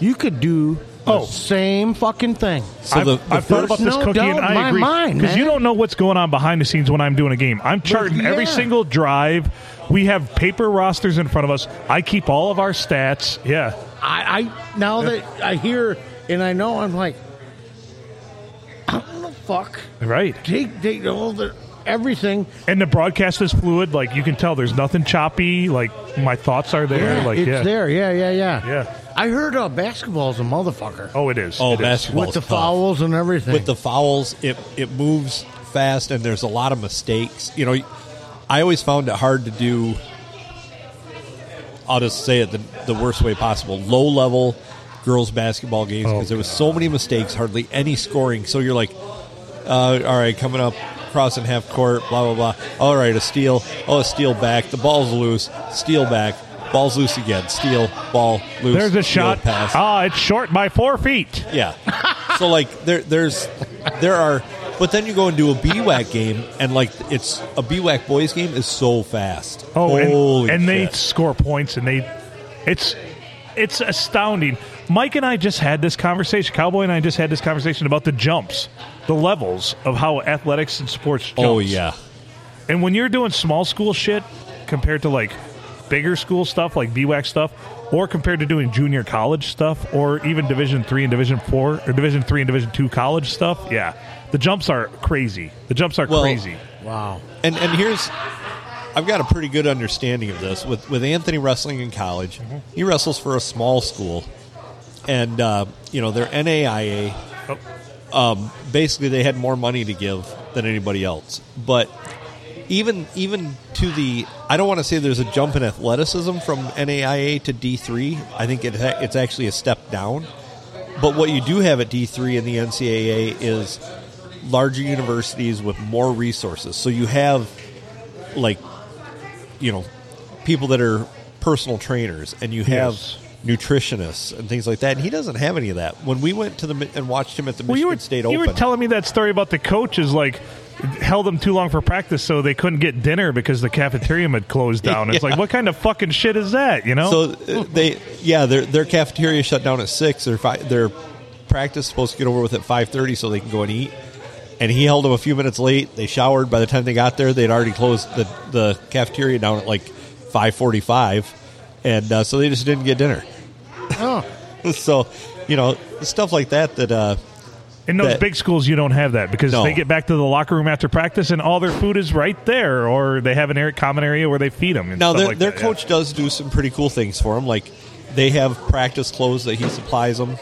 [SPEAKER 1] You could do the same fucking thing.
[SPEAKER 2] I've, I've thought about this
[SPEAKER 1] no,
[SPEAKER 2] cookie,
[SPEAKER 1] don't.
[SPEAKER 2] and I
[SPEAKER 1] my
[SPEAKER 2] agree
[SPEAKER 1] mind,
[SPEAKER 2] because
[SPEAKER 1] man.
[SPEAKER 2] you don't know what's going on behind the scenes when I'm doing a game. I'm charting every
[SPEAKER 1] yeah.
[SPEAKER 2] single drive. We have paper rosters in front of us. I keep all of our stats. Yeah,
[SPEAKER 1] I, I now that I hear and I know, I'm like, I don't know, fuck.
[SPEAKER 2] right.
[SPEAKER 1] Take take all the everything.
[SPEAKER 2] And the broadcast is fluid. Like you can tell, there's nothing choppy. Like my thoughts are there.
[SPEAKER 1] Yeah,
[SPEAKER 2] like
[SPEAKER 1] it's
[SPEAKER 2] yeah.
[SPEAKER 1] there. Yeah, yeah, yeah.
[SPEAKER 2] Yeah.
[SPEAKER 1] I heard uh, basketball's a motherfucker.
[SPEAKER 2] Oh, it is.
[SPEAKER 3] Oh,
[SPEAKER 2] It is.
[SPEAKER 3] basketball
[SPEAKER 1] With the fouls and everything.
[SPEAKER 3] With the fouls, it it moves fast, and there's a lot of mistakes. You know, I always found it hard to do. I'll just say it the, the worst way possible: low level girls basketball games
[SPEAKER 2] Oh,
[SPEAKER 3] because there was so many mistakes, hardly any scoring. So you're like, uh, all right, coming up, crossing half court, blah blah blah. All right, a steal. Oh, a steal back. The ball's loose. Steal back. Ball's loose again. Steal. Ball loose.
[SPEAKER 2] There's a
[SPEAKER 3] steal,
[SPEAKER 2] shot.
[SPEAKER 3] Pass.
[SPEAKER 2] Ah, it's short by four feet.
[SPEAKER 3] Yeah. so like there there's there are but then you go and do a BWAC game and like it's a BWAC boys game is so fast.
[SPEAKER 2] Oh, and-
[SPEAKER 3] Holy
[SPEAKER 2] and, they
[SPEAKER 3] shit.
[SPEAKER 2] score points, and they it's it's astounding. Mike and I just had this conversation. Cowboy and I just had this conversation about the jumps, the levels of how athletics and sports. Jumps.
[SPEAKER 3] Oh, yeah.
[SPEAKER 2] and when you're doing small school shit compared to like bigger school stuff, like BWAC stuff, or compared to doing junior college stuff, or even Division three and Division four, or Division three and Division two college stuff, yeah, the jumps are crazy. The jumps are
[SPEAKER 3] Well,
[SPEAKER 2] crazy.
[SPEAKER 1] Wow.
[SPEAKER 3] And and here's I've got a pretty good understanding of this with with Anthony wrestling in college.
[SPEAKER 2] Mm-hmm.
[SPEAKER 3] He wrestles for a small school, and uh, you know they're NAIA. Um, basically, they had more money to give than anybody else. But even even to the I don't want to say there's a jump in athleticism from NAIA to D three. I think it ha- it's actually a step down. But what you do have at D three in the NCAA is larger universities with more resources. So you have like you know people that are personal trainers and you have nutritionists and things like that. And he doesn't have any of that. When we went to the Mi- and watched him at the Michigan
[SPEAKER 2] Well, you were
[SPEAKER 3] State
[SPEAKER 2] you
[SPEAKER 3] Open,
[SPEAKER 2] were telling me that story about the coaches like held them too long for practice, so they couldn't get dinner because the cafeteria had closed down. It's
[SPEAKER 3] <laughs> Yeah.
[SPEAKER 2] like, what kind of fucking shit is that? You know?
[SPEAKER 3] So uh, they, yeah, their their cafeteria shut down at six. Their fi- their practice is supposed to get over with at five thirty, so they can go and eat. And he held them a few minutes late. They showered. By the time they got there, they'd already closed the the cafeteria down at like five forty five, and uh, so they just didn't get dinner.
[SPEAKER 1] Oh.
[SPEAKER 3] <laughs> so, you know, stuff like that. That uh,
[SPEAKER 2] in those
[SPEAKER 3] that-
[SPEAKER 2] big schools, you don't have that because
[SPEAKER 3] No.
[SPEAKER 2] they get back to the locker room after practice and all their food is right there, or they have an area, common area where they feed them. And
[SPEAKER 3] Now
[SPEAKER 2] stuff
[SPEAKER 3] their,
[SPEAKER 2] like
[SPEAKER 3] their
[SPEAKER 2] that, yeah.
[SPEAKER 3] coach does do some pretty cool things for them. Like they have practice clothes that he supplies them,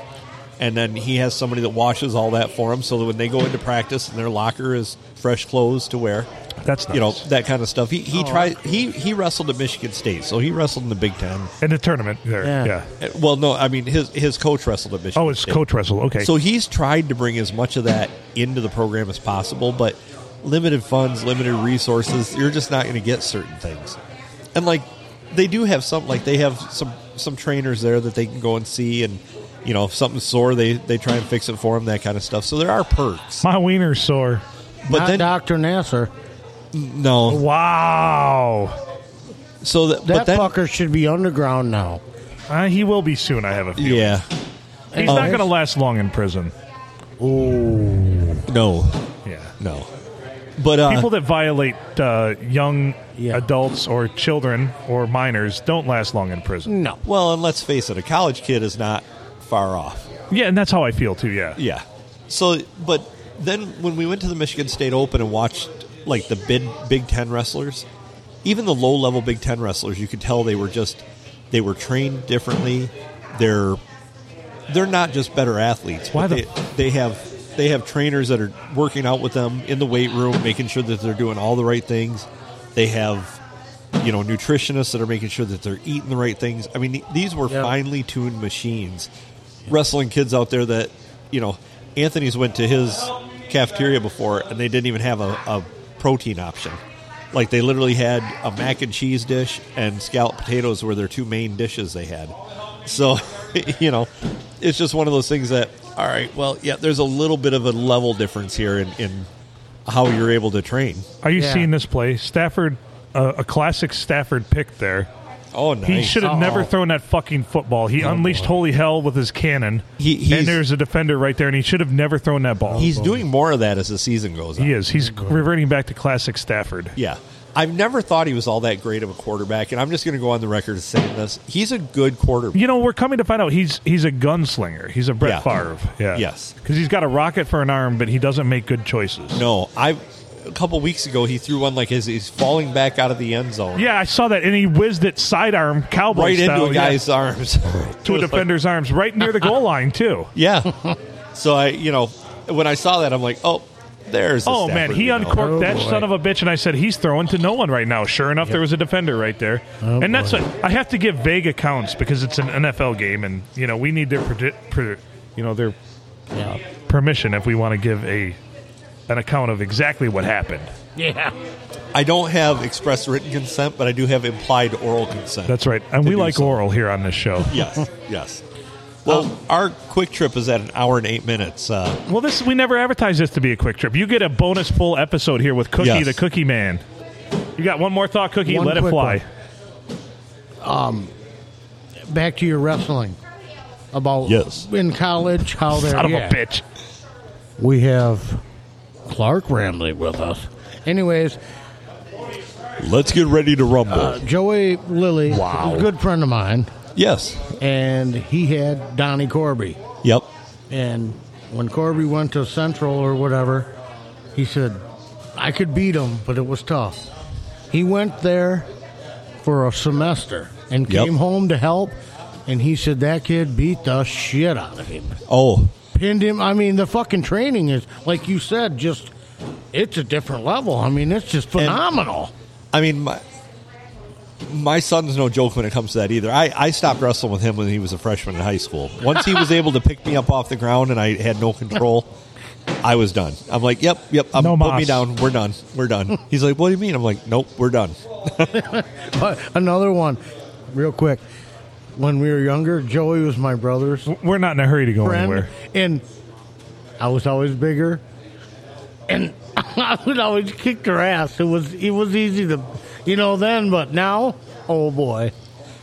[SPEAKER 3] and then he has somebody that washes all that for them, so that when they go into practice and their locker is fresh clothes to wear.
[SPEAKER 2] That's
[SPEAKER 3] you know
[SPEAKER 2] nice.
[SPEAKER 3] that kind of stuff. He he
[SPEAKER 2] Oh,
[SPEAKER 3] tried he he wrestled at Michigan State, so he wrestled in the Big Ten.
[SPEAKER 2] in the tournament there. Yeah.
[SPEAKER 3] Uh, Well, no, I mean his his coach wrestled at Michigan.
[SPEAKER 2] Oh, his
[SPEAKER 3] State.
[SPEAKER 2] coach wrestled, okay.
[SPEAKER 3] So he's tried to bring as much of that into the program as possible, but limited funds, limited resources, you're just not going to get certain things. And like they do have some, like they have some some trainers there that they can go and see, and you know if something's sore, they they try and fix it for them, that kind of stuff. So there are perks.
[SPEAKER 2] My wiener's sore.
[SPEAKER 3] But
[SPEAKER 1] Not
[SPEAKER 3] then-
[SPEAKER 1] Dr. Nasser.
[SPEAKER 3] No.
[SPEAKER 2] Wow.
[SPEAKER 3] So
[SPEAKER 1] that
[SPEAKER 3] that,
[SPEAKER 1] fucker should be underground now.
[SPEAKER 2] Uh, he will be soon, I have a feeling.
[SPEAKER 3] Yeah.
[SPEAKER 2] He's not going to last long in prison.
[SPEAKER 1] Oh.
[SPEAKER 3] No.
[SPEAKER 2] Yeah.
[SPEAKER 3] No. But uh,
[SPEAKER 2] people that violate uh, young adults or children or minors don't last long in prison.
[SPEAKER 1] No.
[SPEAKER 3] Well, and let's face it, a college kid is not far off.
[SPEAKER 2] Yeah, and that's how I feel too. Yeah.
[SPEAKER 3] Yeah. So, but then when we went to the Michigan State Open and watched like the big Big Ten wrestlers, even the low level Big Ten wrestlers, you could tell they were just they were trained differently. They're they're not just better athletes.
[SPEAKER 2] Why
[SPEAKER 3] but
[SPEAKER 2] the-
[SPEAKER 3] they, they have they have trainers that are working out with them in the weight room, making sure that they're doing all the right things. They have you know nutritionists that are making sure that they're eating the right things. I mean, th- these were finely tuned machines. Wrestling kids out there that you know, Anthony's went to his cafeteria before and they didn't even have a, a protein option. Like they literally had a mac and cheese dish and scalloped potatoes were their two main dishes they had. So, <laughs> you know, it's just one of those things that all right, well, yeah, there's a little bit of a level difference here in, in how you're able to train.
[SPEAKER 2] Are you seeing this play? Stafford, uh, a classic Stafford pick there.
[SPEAKER 3] Oh,
[SPEAKER 2] He
[SPEAKER 3] nice.
[SPEAKER 2] should have
[SPEAKER 3] Uh-oh.
[SPEAKER 2] never thrown that fucking football. He unleashed holy hell with his cannon.
[SPEAKER 3] he's-
[SPEAKER 2] and there's a defender right there, and he should have never thrown that ball.
[SPEAKER 3] He's doing more of that as the season goes on.
[SPEAKER 2] He is. He's reverting back to classic Stafford.
[SPEAKER 3] Yeah. I've never thought he was all that great of a quarterback, and I'm just going to go on the record as saying this. He's a good quarterback.
[SPEAKER 2] You know, we're coming to find out he's he's a gunslinger. He's a Brett
[SPEAKER 3] Yeah.
[SPEAKER 2] Favre. Yeah.
[SPEAKER 3] Yes.
[SPEAKER 2] Because he's got a rocket for an arm, but he doesn't make good choices.
[SPEAKER 3] No, I a couple weeks ago he threw one like his he's falling back out of the end zone.
[SPEAKER 2] Yeah, I saw that, and he whizzed it sidearm cowboy
[SPEAKER 3] Right into
[SPEAKER 2] style,
[SPEAKER 3] a
[SPEAKER 2] yeah,
[SPEAKER 3] guy's arms. <laughs>
[SPEAKER 2] to a defender's arms, right near the goal line too.
[SPEAKER 3] Yeah. so I, you know, when I saw that I'm like, "Oh, there's the
[SPEAKER 2] Oh man,
[SPEAKER 3] Stafford
[SPEAKER 2] he
[SPEAKER 3] we know. Oh,
[SPEAKER 2] uncorked that son of a bitch, and I said he's throwing to no one right now. Sure enough, there was a defender right there,
[SPEAKER 3] Oh,
[SPEAKER 2] and that's
[SPEAKER 3] boy.
[SPEAKER 2] what I have to give vague accounts because it's an NFL game, and you know we need their, predi- pre- you know their permission if we want to give a an account of exactly what happened.
[SPEAKER 1] Yeah.
[SPEAKER 3] I don't have express written consent, but I do have implied oral consent.
[SPEAKER 2] That's right, and
[SPEAKER 3] To
[SPEAKER 2] we
[SPEAKER 3] do
[SPEAKER 2] like oral here on this show. <laughs>
[SPEAKER 3] yes, yes. Well, our quick trip is at an hour and eight minutes. Uh,
[SPEAKER 2] Well, this we never advertised this to be a quick trip. You get a bonus full episode here with Cookie
[SPEAKER 3] Yes.
[SPEAKER 2] the Cookie Man. You got one more thought, Cookie.
[SPEAKER 1] One
[SPEAKER 2] Let it
[SPEAKER 1] quick
[SPEAKER 2] fly.
[SPEAKER 1] Um, back to your wrestling. About
[SPEAKER 12] Yes.
[SPEAKER 1] in college, how they're
[SPEAKER 2] Son of a
[SPEAKER 1] yeah.
[SPEAKER 2] bitch.
[SPEAKER 1] We have Clark Ramley with us. Anyways,
[SPEAKER 12] Let's get ready to rumble.
[SPEAKER 1] Uh, Joey Lilly,
[SPEAKER 12] Wow.
[SPEAKER 1] a good friend of mine.
[SPEAKER 3] Yes.
[SPEAKER 1] And he had Donnie Corby.
[SPEAKER 3] Yep.
[SPEAKER 1] And when Corby went to Central or whatever, he said, I could beat him, but it was tough. He went there for a semester and
[SPEAKER 3] Yep.
[SPEAKER 1] came home to help. And he said, That kid beat the shit out of him.
[SPEAKER 3] Oh,
[SPEAKER 1] Pinned him. I mean, the fucking training is, like you said, just, it's a different level. I mean, it's just phenomenal.
[SPEAKER 3] I mean, my my son's no joke when it comes to that either. I, I stopped wrestling with him when he was a freshman in high school. Once he was able to pick me up off the ground and I had no control, I was done. I'm like, yep, yep, I'm,
[SPEAKER 2] No
[SPEAKER 3] put
[SPEAKER 2] mas.
[SPEAKER 3] me down. We're done. We're done. He's like, what do you mean? I'm like, nope, we're done.
[SPEAKER 1] But another one, real quick. when we were younger. Joey was my brother's.
[SPEAKER 2] We're not in a hurry to go anywhere.
[SPEAKER 1] And I was always bigger, and <laughs> I would always kick their ass. It was it was easy to, you know, then. But now, oh boy,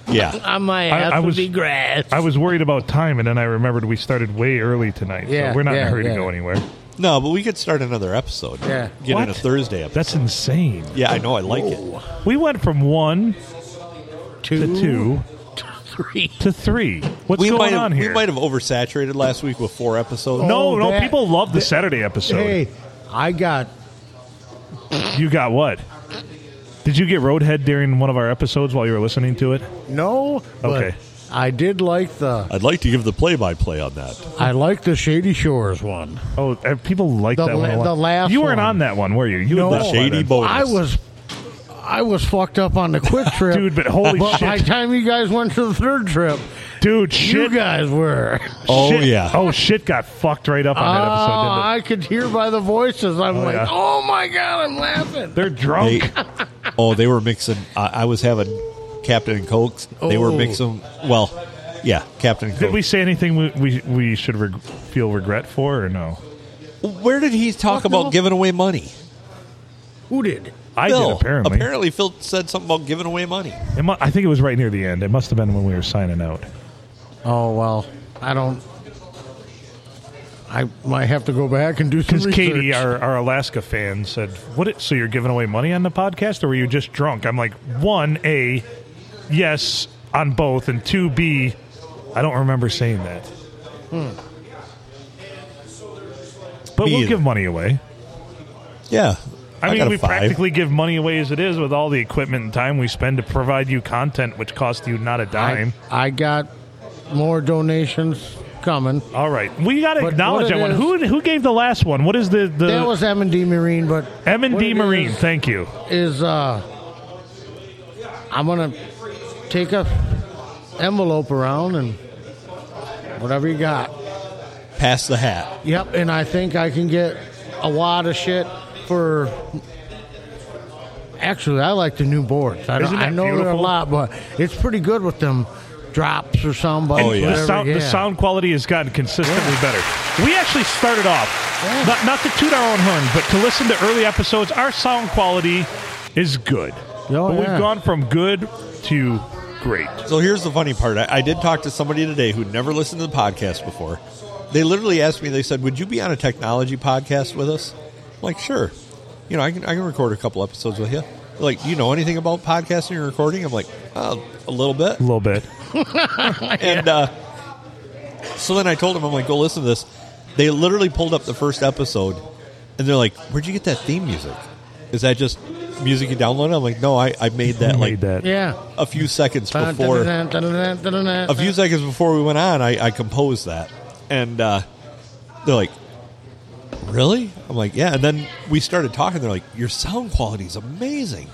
[SPEAKER 2] Yeah.
[SPEAKER 1] my ass would be grass.
[SPEAKER 2] I was worried about time, and then I remembered we started way early tonight.
[SPEAKER 1] Yeah,
[SPEAKER 2] so we're not in
[SPEAKER 1] yeah,
[SPEAKER 2] a hurry
[SPEAKER 1] yeah.
[SPEAKER 2] to go anywhere.
[SPEAKER 3] No, but we could start another episode.
[SPEAKER 2] Yeah.
[SPEAKER 3] Get
[SPEAKER 2] What?
[SPEAKER 3] in a Thursday episode.
[SPEAKER 2] That's insane.
[SPEAKER 3] Yeah, I know. I like
[SPEAKER 2] it. We went from one to two <laughs>
[SPEAKER 1] three
[SPEAKER 2] to three. What's
[SPEAKER 3] we
[SPEAKER 2] going
[SPEAKER 3] might have,
[SPEAKER 2] on here?
[SPEAKER 3] We might have oversaturated last week with four episodes.
[SPEAKER 2] no, no, people love the Saturday episode.
[SPEAKER 1] Hey, I got.
[SPEAKER 2] You got what? Did you get roadhead during one of our episodes while you were listening to it?
[SPEAKER 1] No. but
[SPEAKER 2] Okay.
[SPEAKER 1] I did like the.
[SPEAKER 12] I'd like to give the play-by-play on that.
[SPEAKER 1] I like the Shady Shores one.
[SPEAKER 2] Oh, uh, people like
[SPEAKER 1] The
[SPEAKER 2] that
[SPEAKER 1] la-
[SPEAKER 2] one. a lot.
[SPEAKER 1] the last
[SPEAKER 2] You weren't
[SPEAKER 1] one.
[SPEAKER 2] on that one, were you? You
[SPEAKER 1] No.
[SPEAKER 2] had left by then.
[SPEAKER 1] I was, I was fucked up on the
[SPEAKER 2] <laughs>
[SPEAKER 1] quick trip,
[SPEAKER 2] Dude, but holy shit.
[SPEAKER 1] By the time you guys went to the third trip,
[SPEAKER 2] dude, shit.
[SPEAKER 1] you guys were.
[SPEAKER 2] Oh
[SPEAKER 12] yeah.
[SPEAKER 2] Oh shit, got fucked right up on that episode.
[SPEAKER 1] Oh,
[SPEAKER 2] Didn't it?
[SPEAKER 1] I could hear by the voices. I'm
[SPEAKER 2] Oh,
[SPEAKER 1] like,
[SPEAKER 2] yeah.
[SPEAKER 1] oh my god, I'm laughing.
[SPEAKER 2] They're drunk.
[SPEAKER 3] They- oh, they were mixing. I, I was having Captain and Coke. They were
[SPEAKER 2] Oh.
[SPEAKER 3] mixing. Well, yeah, Captain and
[SPEAKER 2] Did
[SPEAKER 3] Coke.
[SPEAKER 2] we say anything we we, we should reg- feel regret for or no?
[SPEAKER 3] Where did he talk
[SPEAKER 1] Fuck
[SPEAKER 3] about
[SPEAKER 1] no.
[SPEAKER 3] giving away money?
[SPEAKER 1] Who did?
[SPEAKER 2] I did,
[SPEAKER 3] Phil.
[SPEAKER 2] apparently.
[SPEAKER 3] Apparently, Phil said something about giving away money.
[SPEAKER 2] It mu- I think it was right near the end. It must have been when we were signing out.
[SPEAKER 1] Oh well, I don't. I might have to go back and do some
[SPEAKER 2] Because
[SPEAKER 1] research.
[SPEAKER 2] Katie, our, our Alaska fan, said, "What? It, so you're giving away money on the podcast, or were you just drunk?" I'm like, one, a, yes, on both, and two, b, I don't remember saying that. But
[SPEAKER 3] Me
[SPEAKER 2] we'll
[SPEAKER 3] either.
[SPEAKER 2] give money away.
[SPEAKER 3] Yeah.
[SPEAKER 2] I, mean,
[SPEAKER 3] got a
[SPEAKER 2] we
[SPEAKER 3] five.
[SPEAKER 2] practically give money away as it is with all the equipment and time we spend to provide you content, which costs you not a dime.
[SPEAKER 1] I got more donations coming.
[SPEAKER 2] all right, we got to
[SPEAKER 1] But
[SPEAKER 2] acknowledge
[SPEAKER 1] what it
[SPEAKER 2] that one.
[SPEAKER 1] is-
[SPEAKER 2] Who who gave the last one? What is the the
[SPEAKER 1] that was M and D Marine, but
[SPEAKER 2] M and
[SPEAKER 1] what
[SPEAKER 2] D
[SPEAKER 1] it
[SPEAKER 2] Marine?
[SPEAKER 1] is-
[SPEAKER 2] Thank you.
[SPEAKER 1] is uh I'm gonna take a envelope around and whatever you got.
[SPEAKER 3] Pass the hat.
[SPEAKER 1] Yep, and I think I can get a lot of shit for actually I like the new boards. I, don't,
[SPEAKER 2] Isn't
[SPEAKER 1] I
[SPEAKER 2] that
[SPEAKER 1] know they're a
[SPEAKER 2] beautiful?
[SPEAKER 1] lot, but it's pretty good with them drops or somebody.
[SPEAKER 3] Oh,
[SPEAKER 2] And the, sound, the sound quality has gotten consistently better. We actually started off, not, not to toot our own horn, but to listen to early episodes, our sound quality is good. but
[SPEAKER 1] Oh, yeah.
[SPEAKER 2] we've gone from good to great.
[SPEAKER 3] So here's the funny part. I, I did talk to somebody today who never listened to the podcast before. They literally asked me. They said, "Would you be on a technology podcast with us?" I'm like, sure. You know, I can I can record a couple episodes with you. They're Like, do you know anything about podcasting and recording? I'm like, uh, a little bit. A
[SPEAKER 2] little bit.
[SPEAKER 3] <laughs> and uh, so then I told them, I'm like, go listen to this. They literally pulled up the first episode, and they're like, "Where'd you get that theme music? Is that just music you downloaded?" I'm like, "No, I, I made that like
[SPEAKER 2] that.
[SPEAKER 1] Yeah.
[SPEAKER 3] a few seconds before." a few seconds before we went on, I, I composed that, and uh, they're like, "Really?" I'm like, "Yeah." And then we started talking. They're like, "Your sound quality is amazing,"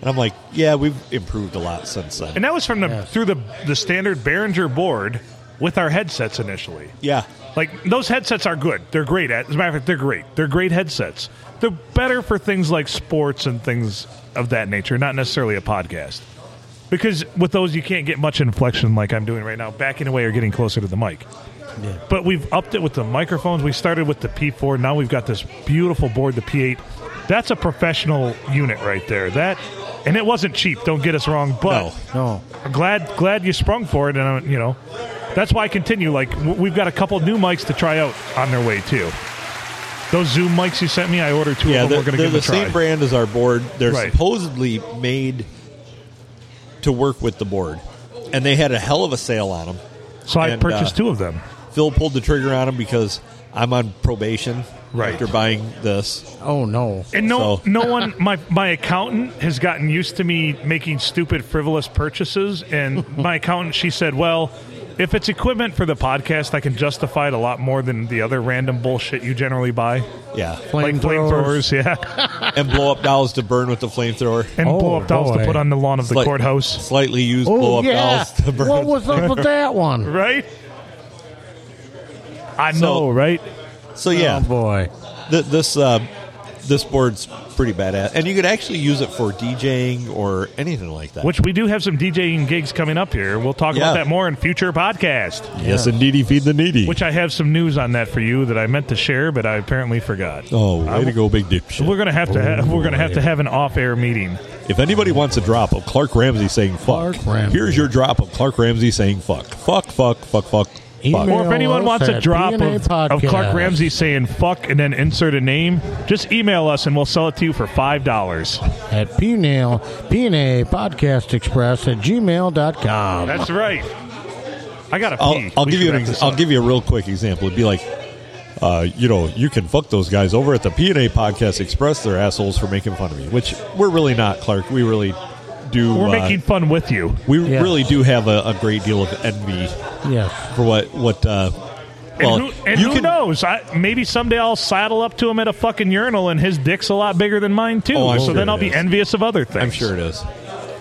[SPEAKER 3] and I'm like, "Yeah, we've improved a lot since then."
[SPEAKER 2] And that was from the through the the standard Behringer board with our headsets initially.
[SPEAKER 3] Yeah,
[SPEAKER 2] Like those headsets are good. They're great. At, as a matter of fact, they're great. They're great headsets. They're better for things like sports and things of that nature, not necessarily a podcast. Because with those, you can't get much inflection like I'm doing right now, backing away or getting closer to the mic. But we've upped it with the microphones. We started with the P4. Now we've got this beautiful board, the P8. That's a professional unit right there. That, and it wasn't cheap. Don't get us wrong, but
[SPEAKER 1] No.
[SPEAKER 2] I'm glad glad you sprung for it, and uh, you know that's why I continue. Like w- we've got a couple new mics to try out on their way too. Those Zoom mics you sent me, I ordered two
[SPEAKER 3] yeah,
[SPEAKER 2] of them.
[SPEAKER 3] they're,
[SPEAKER 2] We're going to
[SPEAKER 3] they're
[SPEAKER 2] give
[SPEAKER 3] the
[SPEAKER 2] them a try.
[SPEAKER 3] same brand as our board. They're
[SPEAKER 2] Right.
[SPEAKER 3] supposedly made to work with the board, and they had a hell of a sale on them.
[SPEAKER 2] So I purchased
[SPEAKER 3] uh,
[SPEAKER 2] two of them.
[SPEAKER 3] Phil pulled the trigger on them because I'm on probation
[SPEAKER 2] Right.
[SPEAKER 3] after buying this.
[SPEAKER 1] Oh no!
[SPEAKER 2] And no,
[SPEAKER 3] So-
[SPEAKER 2] no one. My my accountant has gotten used to me making stupid, frivolous purchases. And my accountant, she said, "Well, if it's equipment for the podcast, I can justify it a lot more than the other random bullshit you generally buy,
[SPEAKER 3] Yeah.
[SPEAKER 2] like
[SPEAKER 1] Flamethrowers.
[SPEAKER 2] flamethrowers,
[SPEAKER 3] <laughs>
[SPEAKER 2] yeah,
[SPEAKER 3] and blow up dolls to burn with the flamethrower.
[SPEAKER 2] and blow up dolls to put on the lawn of the
[SPEAKER 3] Slight-
[SPEAKER 2] courthouse."
[SPEAKER 3] Slightly used blow
[SPEAKER 1] Oh
[SPEAKER 3] up
[SPEAKER 1] yeah!
[SPEAKER 3] dolls to burn.
[SPEAKER 1] What was up with that
[SPEAKER 2] <laughs>
[SPEAKER 1] one?
[SPEAKER 2] Right? I
[SPEAKER 3] So-
[SPEAKER 2] know, right?
[SPEAKER 3] So yeah,
[SPEAKER 1] Oh boy!
[SPEAKER 3] th- this uh,
[SPEAKER 13] this board's pretty badass, and you could actually use it for DJing or anything like that.
[SPEAKER 2] Which we do have some DJing gigs coming up here. We'll talk
[SPEAKER 13] Yeah.
[SPEAKER 2] about that more in future podcast.
[SPEAKER 3] Yes, indeedy, feed the needy.
[SPEAKER 2] Which I have some news on that for you that I meant to share, but I apparently forgot.
[SPEAKER 3] Oh, way
[SPEAKER 2] I-
[SPEAKER 3] to go, big dipshit.
[SPEAKER 2] We're gonna have to ha- we're gonna have to have an off-air meeting.
[SPEAKER 3] If anybody wants a drop of Clark Ramsey saying fuck, here's your drop of Clark Ramsey saying fuck, fuck, fuck, fuck, fuck. fuck.
[SPEAKER 2] or if anyone wants a drop of, of Clark Ramsey saying fuck and then insert a name, just email us and we'll sell it to you for $5.
[SPEAKER 1] At PNAil, PNA Podcast Express at gmail.com.
[SPEAKER 2] That's right. I got to
[SPEAKER 3] I'll,
[SPEAKER 2] pee.
[SPEAKER 3] I'll
[SPEAKER 2] We
[SPEAKER 3] give
[SPEAKER 2] should
[SPEAKER 3] you an
[SPEAKER 2] wrap
[SPEAKER 3] ex-
[SPEAKER 2] this
[SPEAKER 3] I'll
[SPEAKER 2] up.
[SPEAKER 3] give you a real quick example. It'd be like, uh, you know, you can fuck those guys over at the P and A Podcast Express. They're assholes for making fun of you, which we're really not, Clark. We really do.
[SPEAKER 2] We're
[SPEAKER 3] uh,
[SPEAKER 2] making fun with you.
[SPEAKER 3] We
[SPEAKER 2] Yes.
[SPEAKER 3] really do have a, a great deal of envy.
[SPEAKER 1] Yes.
[SPEAKER 3] For what what. Uh, well,
[SPEAKER 2] and who, and
[SPEAKER 3] you
[SPEAKER 2] who
[SPEAKER 3] can
[SPEAKER 2] knows? I, maybe someday I'll saddle up to him at a fucking urinal, and his dick's a lot bigger than mine too.
[SPEAKER 3] Oh, I'm
[SPEAKER 2] so
[SPEAKER 3] sure
[SPEAKER 2] then
[SPEAKER 3] it
[SPEAKER 2] I'll be
[SPEAKER 3] is.
[SPEAKER 2] envious of other things. I'm sure
[SPEAKER 3] it is.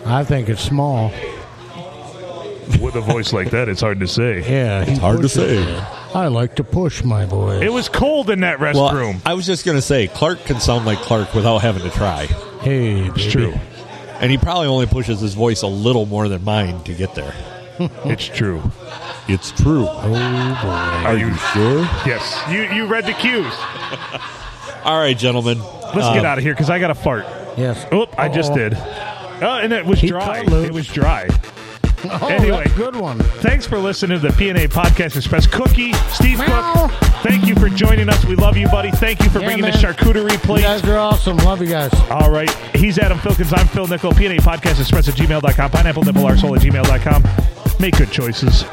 [SPEAKER 1] I think it's small.
[SPEAKER 2] <laughs> With a voice like that, it's hard to say.
[SPEAKER 1] Yeah, he pushes it. I like to push my boy.
[SPEAKER 2] It was cold in that
[SPEAKER 3] Well,
[SPEAKER 2] restroom.
[SPEAKER 3] I was just gonna say Clark can sound like Clark without having to try.
[SPEAKER 1] Hey, it's
[SPEAKER 3] true. And he probably only pushes his voice a little more than mine to get there.
[SPEAKER 2] it's true.
[SPEAKER 3] It's true. Oh boy. Are, you, sure?
[SPEAKER 2] yes, you you read the cues.
[SPEAKER 3] All right, gentlemen. Um,
[SPEAKER 2] Let's get out of here because I got a fart.
[SPEAKER 1] Yes.
[SPEAKER 2] Oop, I just
[SPEAKER 1] Uh-oh.
[SPEAKER 2] did. Oh, and it was
[SPEAKER 1] Keep
[SPEAKER 2] dry.
[SPEAKER 1] that loose.
[SPEAKER 2] It was
[SPEAKER 3] <laughs>
[SPEAKER 2] dry.
[SPEAKER 1] Oh,
[SPEAKER 2] anyway,
[SPEAKER 1] that's a good one.
[SPEAKER 2] Thanks for listening to the PNA Podcast Express. Cookie, Steve Cook, thank you for joining us. We love you, buddy. Thank you for
[SPEAKER 1] Yeah,
[SPEAKER 2] bringing
[SPEAKER 1] man.
[SPEAKER 2] the charcuterie plate.
[SPEAKER 1] You guys are awesome. Love you guys.
[SPEAKER 2] All right. He's Adam Filkins. I'm Phil Nickel. PNA Podcast Express at gmail.com. Pineapple Nipple Arsehole at gmail.com. Make good choices.